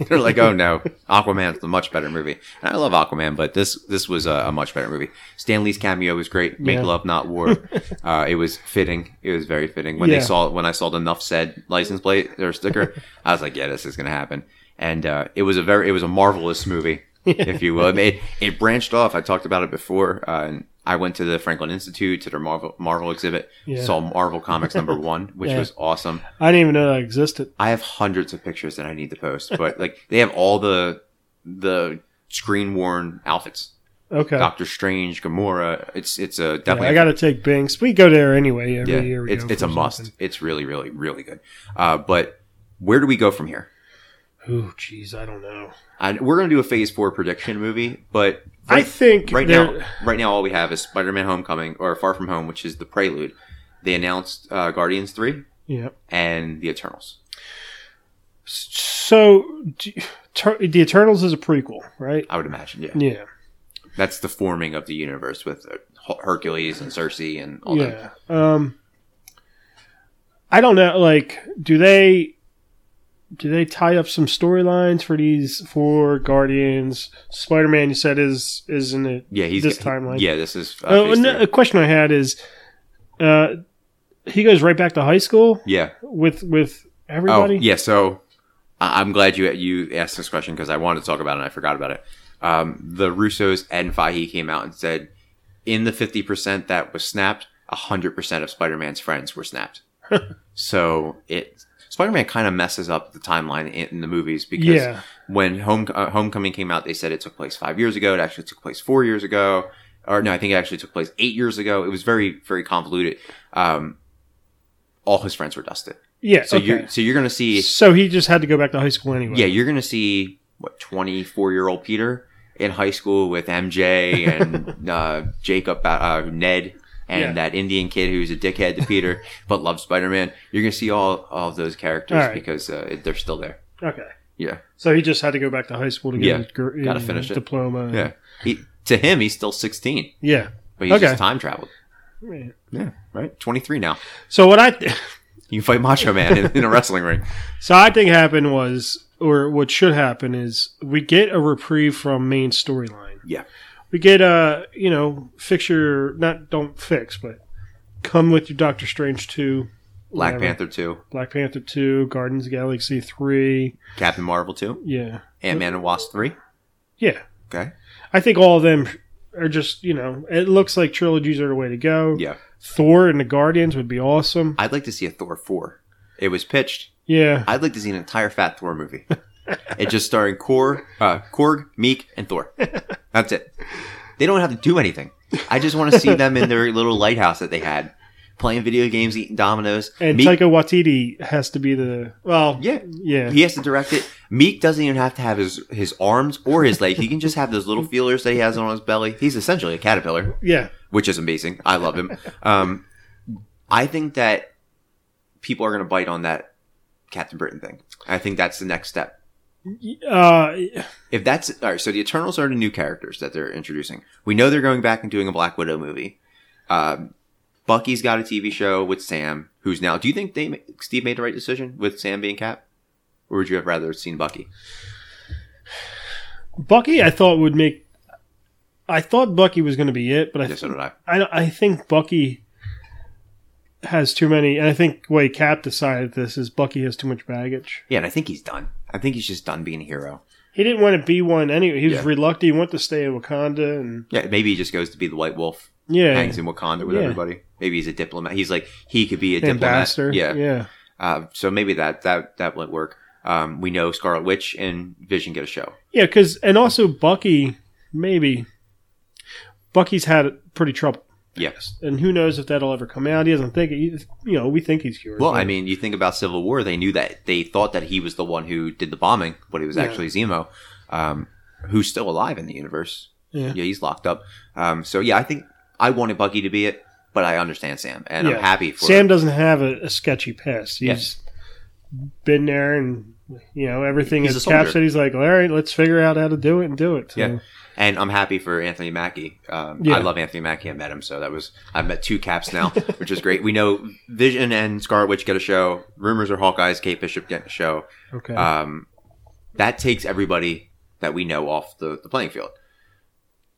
they're like, oh no, Aquaman's a much better movie. And I love Aquaman, but this this was a, a much better movie. Stan Lee's cameo was great. Make Yeah. love, not war. uh, it was fitting. It was very fitting. When Yeah. they saw when I saw the enough said license plate or sticker, I was like, yeah, this is gonna happen. And uh, it was a very it was a marvelous movie, if you will. It it branched off. I talked about it before. Uh, and I went to the Franklin Institute to their Marvel Marvel exhibit. Yeah. Saw Marvel Comics number one, which Yeah. was awesome. I didn't even know that existed. I have hundreds of pictures that I need to post, but like they have all the the screen worn outfits. Okay, Doctor Strange, Gamora. It's it's a Yeah, Ah, definitely I gotta take Binks. We go there anyway every yeah, year. we it's go it's for a must. something. It's really really really good. Uh, but where do we go from here? Ooh, jeez, I don't know. I, we're gonna do a Phase Four prediction movie, but I think right they're- now right now all we have is Spider Man Homecoming or Far From Home, which is the prelude. They announced uh, Guardians Three yeah. and the Eternals. So d- Tur- the Eternals is a prequel, right? I would imagine, yeah. Yeah. That's the forming of the universe with uh, Hercules and Cersei and all that. yeah. Um, I don't know. Like, do they do they tie up some storylines for these for Guardians? Spider Man, you said is isn't it? Yeah, he's This timeline. Yeah, this is. Uh, oh, phase and three. a question I had is, uh, he goes right back to high school yeah. with with everybody. Oh, yeah. So I- I'm glad you you asked this question because I wanted to talk about it and I forgot about it. Um, the Russos and Fahey came out and said, in the 50% that was snapped, 100% of Spider Man's friends were snapped. so it Spider Man kind of messes up the timeline in, in the movies because yeah. when Home uh, Homecoming came out, they said it took place five years ago. It actually took place four years ago, or no, I think it actually took place eight years ago. It was very very convoluted. Um, all his friends were dusted, Yeah. so okay. you're so you're gonna see So he just had to go back to high school anyway. yeah you're gonna see what 24 year old Peter in high school with MJ and uh, Jacob uh, Ned and Yeah. that Indian kid who's a dickhead to Peter but loves Spider Man. You're gonna see all all of those characters All right. because uh, they're still there. Okay. Yeah. So he just had to go back to high school to get Yeah. his gr- Gotta his finish it. diploma. and- Yeah. He, to him, he's still 16. Yeah. But he's Okay. just time traveled. Right. Yeah, right. Twenty three now. So what I th- You fight Macho Man in, in a wrestling ring. so I think happened was or what should happen is we get a reprieve from main storyline. Yeah. We get uh, you know, fix your not don't fix, but come with your Doctor Strange 2, Black whatever. Panther two, Black Panther 2, Guardians of the Galaxy 3. Captain Marvel two, Yeah. Ant Man and Wasp three. Yeah. Okay. I think all of them are just, you know, it looks like trilogies are the way to go. Yeah, Thor and the Guardians would be awesome. I'd like to see a Thor four. It was pitched. Yeah. I'd like to see an entire Fat Thor movie. it just starring Korg, uh, Korg, Meek, and Thor. That's it. They don't have to do anything. I just want to see them in their little lighthouse that they had, playing video games, eating dominoes. And Meek- Taika Waititi has to be the well, Yeah. yeah, He has to direct it. Meek doesn't even have to have his, his arms or his leg. He can just have those little feelers that he has on his belly. He's essentially a caterpillar, yeah, which is amazing. I love him. Um, I think that people are going to bite on that Captain Britain thing. I think that's the next step. uh, If that's all right, so the Eternals are the new characters that they're introducing. We know they're going back and doing a Black Widow movie. Um, Bucky's got a TV show with Sam, who's now. Do you think they ma- Steve made the right decision with Sam being Cap, or would you have rather seen Bucky? Bucky. I thought would make. I thought Bucky was going to be it, but I, Yes, so did I. I don't- I think Bucky has too many. And I think the way Cap decided this is Bucky has too much baggage. Yeah, and I think he's done. I think he's just done being a hero. He didn't want to be one anyway. He was Yeah. reluctant. He wanted to stay in Wakanda, and Yeah, maybe he just goes to be the White Wolf, yeah, hangs in Wakanda with Yeah. everybody. Maybe he's a diplomat. He's like he could be a ambassador. diplomat. Yeah. yeah, Uh, so maybe that that that would work. Um, we know Scarlet Witch and Vision get a show. yeah. Because and also Bucky, maybe Bucky's had pretty trouble. Yes. and who knows if that'll ever come out. He doesn't think he, you know. We think he's cured. Well, I mean, you think about Civil War. They knew that they thought that he was the one who did the bombing, but it was Yeah. actually Zemo, um, who's still alive in the universe. yeah. Yeah, he's locked up. Um, so yeah, I think I wanted Bucky to be it, but I understand Sam, and Yeah. I'm happy for Sam doesn't have a, a sketchy past. He's been there, and you know everything. He's He's a soldier. Cap said he's like, all right, let's figure out how to do it and do it. So, Yeah. And I'm happy for Anthony Mackie. Um, Yeah. I love Anthony Mackie. I met him, so that was I've met two caps now, which is great. We know Vision and Scarlet Witch get a show. Rumors are Hawkeye's Kate Bishop getting a show. Okay. Um, that takes everybody that we know off the, the playing field.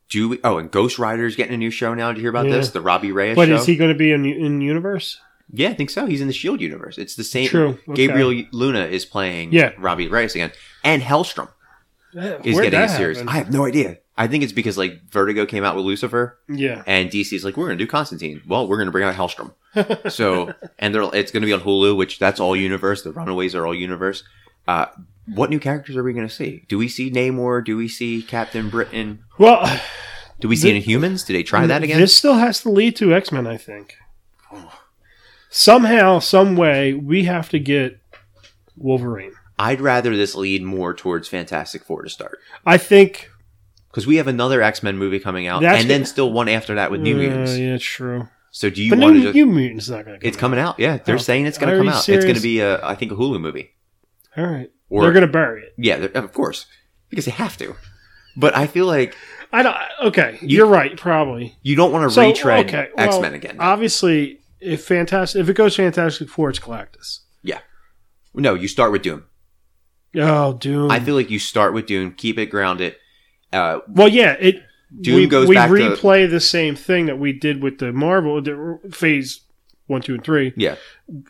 Do we? Oh, and Ghost Rider's getting a new show now. Did you hear about Yeah. this? The Robbie Reyes but show. is he going to be in in universe? yeah, I think so. He's in the Shield universe. It's the same. True. Okay. Gabriel Luna is playing Yeah. Robbie Reyes again, and Hellstrom Yeah, is where'd getting a that series. happen? I have no idea. I think it's because like Vertigo came out with Lucifer, yeah. and DC's like, we're going to do Constantine. Well, we're going to bring out Hellstrom. so, and they're, it's going to be on Hulu, which that's all universe. The Runaways are all universe. Uh, what new characters are we going to see? Do we see Namor? Do we see Captain Britain? Well, Do we see any humans? Do they try that again? This still has to lead to X Men. I think somehow, some way, we have to get Wolverine. I'd rather this lead more towards Fantastic Four to start. I think Because we have another X Men movie coming out, That's and then gonna- still one after that with New Uh, Mutants. yeah, it's true. So, do you but want New, to just. New Mutants not going to. it's coming out. Yeah, they're Oh. saying it's going Are to come you out. It's going serious? to be, a, I think, a Hulu movie. All right. Or They're going to bury it. Yeah, they're- of course, because they have to. But I feel like I don't. Okay, you, are right. Probably You don't want to So, retread okay, well, uh, X Men again. Obviously, if fantastic, if it goes Fantastic Four, it's Galactus. no, you start with Doom. Oh, Doom. I feel like you start with Doom, keep it grounded. Uh, well, yeah. It. Doom we, goes we back to- replay the same thing that we did with the Marvel the Phase One, Two, and Three, yeah,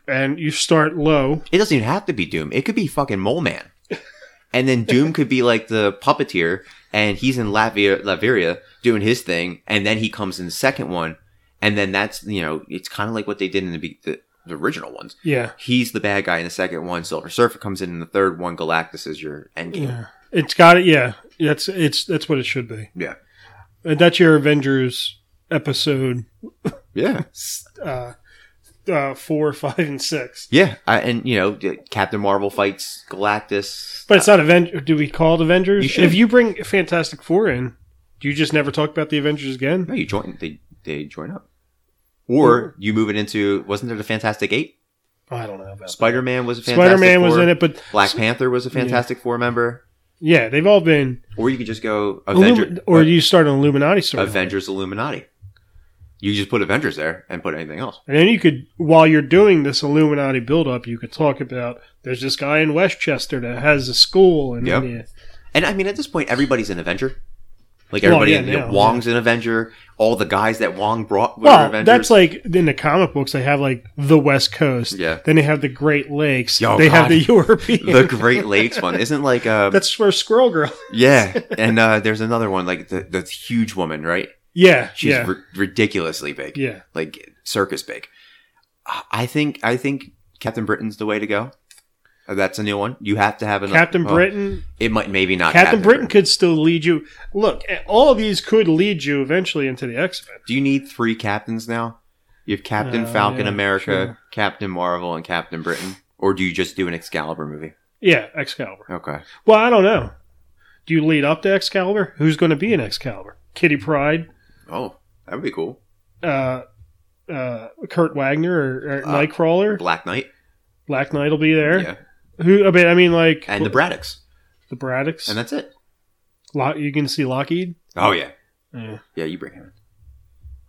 and you start low. it doesn't even have to be Doom. It could be fucking Mole Man, and then Doom could be like the puppeteer, and he's in Latvia, Laveria doing his thing, and then he comes in the second one, and then that's you know it's kind of like what they did in the, be- the the original ones. Yeah. He's the bad guy in the second one. Silver Surfer comes in in the third one. Galactus is your end game. Yeah. It's got it. Yeah. That's it's that's what it should be. Yeah. And that's your Avengers episode Yeah, uh, uh, four, five, and six. yeah, I, and you know Captain Marvel fights Galactus. But it's not Avengers. Do we call it Avengers? You should. if you bring Fantastic Four in, do you just never talk about the Avengers again? Uh, No, you join. They they join up, or you move it into. Wasn't there the Fantastic Eight? I don't know about that. Spider Man was a Fantastic Spider Man was Four. in it, but Black Panther was a Fantastic Four member, yeah, they've all been. or you could just go Illumi- Avenger, or uh, you start an Illuminati story, Avengers Illuminati. You just put Avengers there and put anything else. and then you could, while you're doing this Illuminati build up, you could talk about there's this guy in Westchester that has a school, and Yep. yeah, And I mean, at this point, everybody's an Avenger. Like Well, everybody, yeah, you know, now, Wong's an Avenger. All the guys that Wong brought were well, Avengers. that's like in the comic books they have like the West Coast, Yeah. Then they have the Great Lakes, Yo, they have God. the European. the Great Lakes one isn't like uh that's where Squirrel Girl. yeah, and uh, there's another one like the the huge woman, right? yeah, She's yeah, ri- ridiculously big. yeah. like circus big. I I think I think Captain Britain's the way to go. Uh, That's a new one. You have to have an Captain well, Britain. It might maybe not Captain Britain could still lead you. Look, eh, all of these could lead you eventually into the X Men. Do you need three captains now? You have Captain Uh, Falcon yeah, America, sure. Captain Marvel, and Captain Britain, or do you just do an Excalibur movie? Yeah, Excalibur. Okay, Well, I don't know. Do you lead up to Excalibur? Who's going to be in Excalibur? Kitty Pride, oh, that would be cool. uh, uh, Kurt Wagner, or, or Uh, Nightcrawler. Black Knight, Black Knight will be there. yeah, Who? I mean, I mean, like and the Braddocks, the Braddocks. and that's it. Lo- you can see Lockheed. Oh yeah, Yeah. Yeah, you bring him in.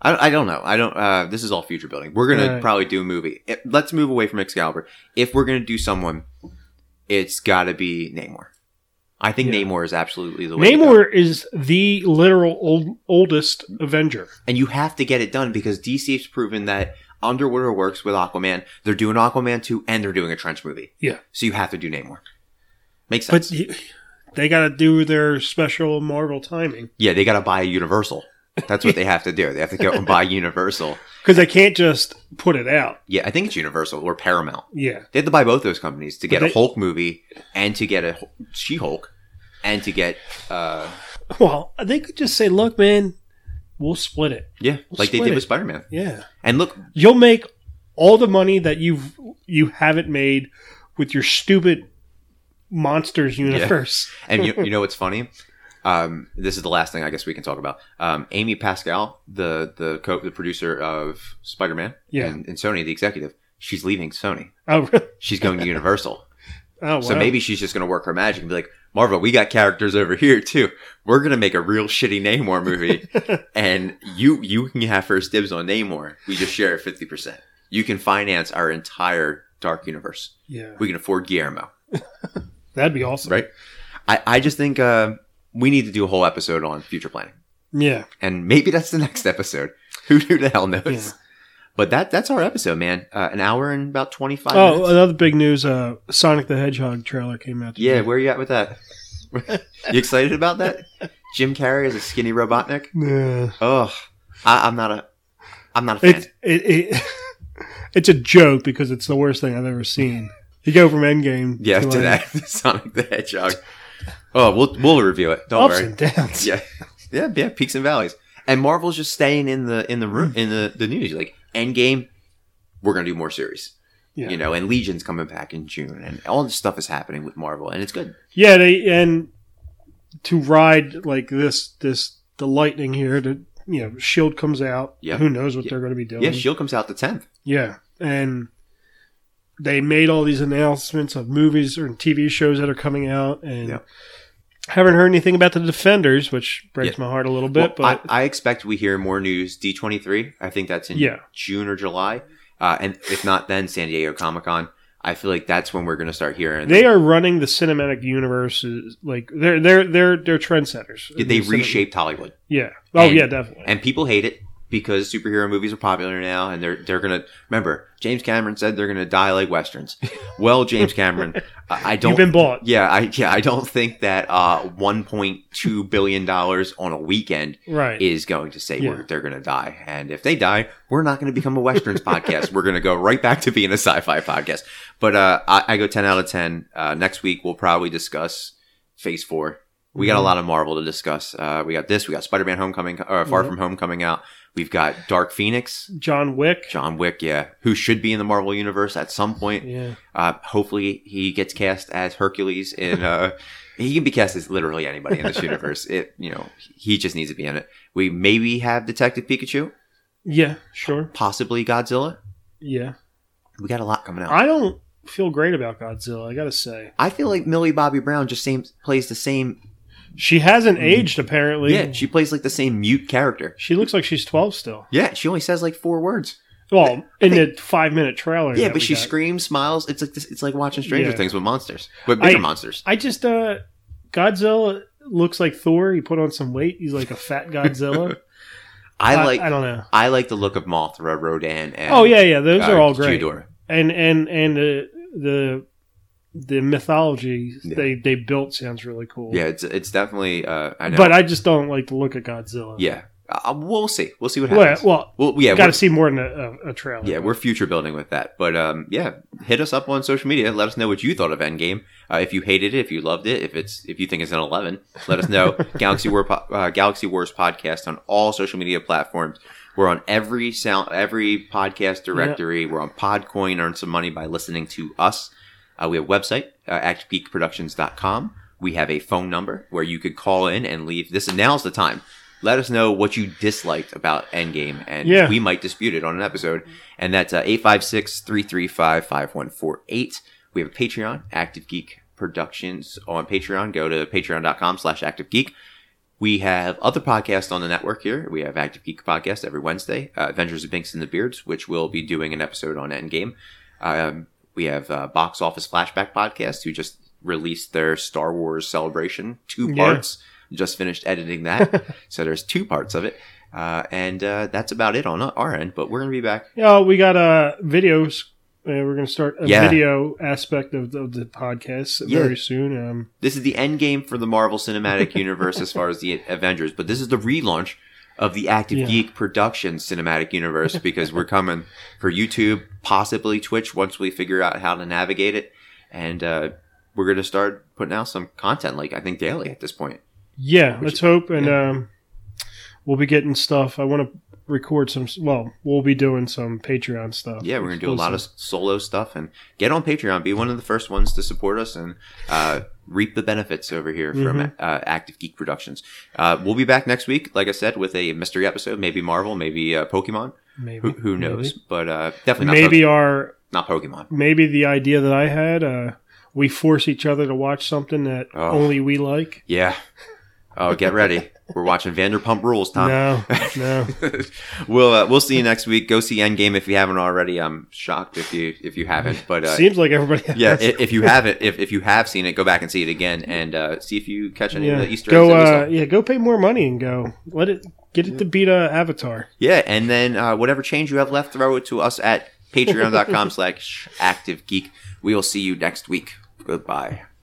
I, I don't know. I don't. Uh, this is all future building. We're gonna Right. probably do a movie. It- let's move away from Excalibur. If we're gonna do someone, it's got to be Namor. I think Yeah. Namor is absolutely the way. to go. Namor is the literal old, oldest Avenger. and you have to get it done because DC's proven that Underwater works with Aquaman. They're doing Aquaman two, and they're doing a trench movie. Yeah. So you have to do Namor. Makes But sense. y- they got to do their special Marvel timing yeah, they got to buy a Universal. That's what they have to do. They have to go and buy Universal. because they can't just put it out. Yeah, I think it's Universal or Paramount. Yeah, They had to buy both those companies to get But a they- Hulk movie and to get a She Hulk and to get uh well, they could just say, "Look, man, we'll split it." yeah, like they split did it. with Spider Man. Yeah, And look, you'll make all the money that you've you haven't made with your stupid monsters universe. and you, you know what's funny? Um, this is the last thing I guess we can talk about. Um, Amy Pascal, the the co the producer of Spider Man, Yeah. and, and Sony, the executive, she's leaving Sony. Oh, really? She's going to Universal. oh wow. So maybe she's just going to work her magic and be like, Marvel, we got characters over here too. We're going to make a real shitty Namor movie, and you you can have first dibs on Namor. We just share fifty percent. You can finance our entire Dark Universe. yeah, We can afford Guillermo, that'd be awesome. right? I I just think uh, we need to do a whole episode on future planning, Yeah, and maybe that's the next episode. Who who the hell knows? Yeah. But that that's our episode, man. Uh, an hour and about twenty five. Oh, minutes. another big news: uh, Sonic the Hedgehog trailer came out. Yeah, today. where you at with that? you excited about that? Jim Carrey as a skinny Robotnik. yeah. Oh, I, I'm not a, I'm not a fan. It's it, it it's a joke because it's the worst thing I've ever seen. You go from Endgame, yeah, to like, that Sonic the Hedgehog. Oh, we'll we'll review it. Don't ups worry. and downs. Yeah, yeah, yeah. Peaks and valleys. And Marvel's just staying in the in the Mm. room in the the news. Like Endgame, we're gonna do more series. Yeah. You know, and Legion's coming back in June, and all this stuff is happening with Marvel, and it's good. Yeah, they and to ride like this this the lightning here. The you know Shield E comes out. Yeah. who knows what Yeah. they're going to be doing? Yeah, Shield E comes out the tenth. Yeah, and they made all these announcements of movies or TV shows that are coming out, and Yeah. Haven't heard anything about the defenders, which breaks Yeah. my heart a little bit. Well, but I, I expect we hear more news. D twenty three. I think that's in Yeah. June or July, uh, and if not, then San Diego Comic Con. I feel like that's when we're going to start hearing. they are running the cinematic universe. is- Like they're they're they're they're trendsetters. Did they In the cinema- reshaped Hollywood, Yeah. Oh And- yeah, definitely. and people hate it because superhero movies are popular now, and they're they're going to remember. James Cameron said they're going to die like westerns. well, James Cameron, I I don't You've been bought. Yeah, I yeah, I don't think that uh, 1.2 billion dollars on a weekend Right. is going to say Yeah. we're, they're going to die. And if they die, we're not going to become a westerns podcast. We're going to go right back to being a sci-fi podcast. But uh, I, I go 10 out of 10. Uh, next week we'll probably discuss Phase Four. We got a Mhm. lot of Marvel to discuss. Uh, we got this. We got Spider-Man: Homecoming, or Far Mhm. From Home coming out. We've got Dark Phoenix, John Wick. John Wick, yeah, who should be in the Marvel universe at some point. Yeah. Uh, hopefully, he gets cast as Hercules in. Uh, he can be cast as literally anybody in this universe. It, you know, he just needs to be in it. We maybe have Detective Pikachu, Yeah. Sure. possibly Godzilla. Yeah. We got a lot coming out. I don't feel great about Godzilla. I gotta say, I feel like Millie Bobby Brown just same plays the same. she hasn't Mhm. aged apparently. Yeah, she plays like the same mute character. She looks like she's twelve still. Yeah, she only says like four words. Well, in the five minute trailer. Yeah, but that Oh, we she got. screams, smiles. It's like this, it's like watching Stranger Yeah. Things with monsters, but bigger I- monsters. I just uh Godzilla looks like Thor. He put on some weight. He's like a fat Godzilla. I, like I I, don't know. like the look of Mothra, Rodan, and uh, Oh yeah, yeah. Those are all great. Ghidorah. And and and the the the mythology Yeah. they they built sounds really cool. Yeah, it's it's definitely. Uh, I know. But I just don't like the look of Godzilla. Yeah, uh, we'll see. We'll see what Well, happens. well Well, yeah, got to we're, see more than a, a, a trailer. yeah, we're future building with that. But um, yeah, hit us up on social media. Let us know what you thought of Endgame. Uh, if you hated it, if you loved it, if it's if you think it's an eleven, let us know. Galaxy War po- uh, Galaxy Wars podcast on all social media platforms. We're on every sound, every podcast directory. We're on Podcoin. Earn some money by listening to us. Uh, we have a website, uh, actgeekproductions.com. We have a phone number where you could call in and leave. This now's the time. Let us know what you disliked about Endgame, and Yeah. we might dispute it on an episode. And that's uh, 856 335 5148. We have a Patreon, Active Geek Productions on Patreon. Go to patreon.com slash active geek. We have other podcasts on the network here. We have Active Geek Podcast every Wednesday, uh, Adventures of Binks and the Beards, which will be doing an episode on Endgame. Um, we have uh, Box Office Flashback Podcast, who just released their Star Wars Celebration, two Yeah. parts. Just finished editing that. so there's two parts of it. Uh, and uh, that's about it on our end, but we're going to be back. Yeah, we got uh, videos. Uh, we're going to start a Yeah. video aspect of the, of the podcast Yeah. very soon. Um, This is the end game for the Marvel Cinematic Universe as far as the Avengers, but this is the relaunch of the Active Yeah. Geek Productions Cinematic Universe because we're coming for YouTube, possibly Twitch once we figure out how to navigate it, and uh, we're going to start putting out some content like I think daily at this point. yeah, Which- let's hope, and um, we'll be getting stuff. I want to record some. Well, we'll be doing some Patreon stuff. Yeah, we're going to do a lot of solo stuff and get on Patreon, be one of the first ones to support us and uh, reap the benefits over here from Mhm. uh, Active Geek Productions. Uh, we'll be back next week, like I said, with a mystery episode, maybe Marvel, maybe uh, Pokemon. Maybe, Who, who knows? But uh, Maybe, definitely not, maybe our Poke- not Pokemon. maybe the idea that I had. Uh, we force each other to watch something that Oh. only we like. Yeah. Oh, get ready. We're watching Vanderpump Rules, Tom. No, no. we'll uh, we'll see you next week. Go see Endgame if you haven't already. I'm shocked if you if you haven't, but uh, Seems like everybody. Has. yeah, i- if you haven't, if, if you have seen it, go back and see it again and uh, see if you catch any of the Easter eggs. go, that we saw. uh, yeah, go pay more money and go. Let it get it to beat uh, Avatar. Yeah, and then uh, whatever change you have left, throw it to us at patreon.com slash active geek. We will see you next week. Goodbye.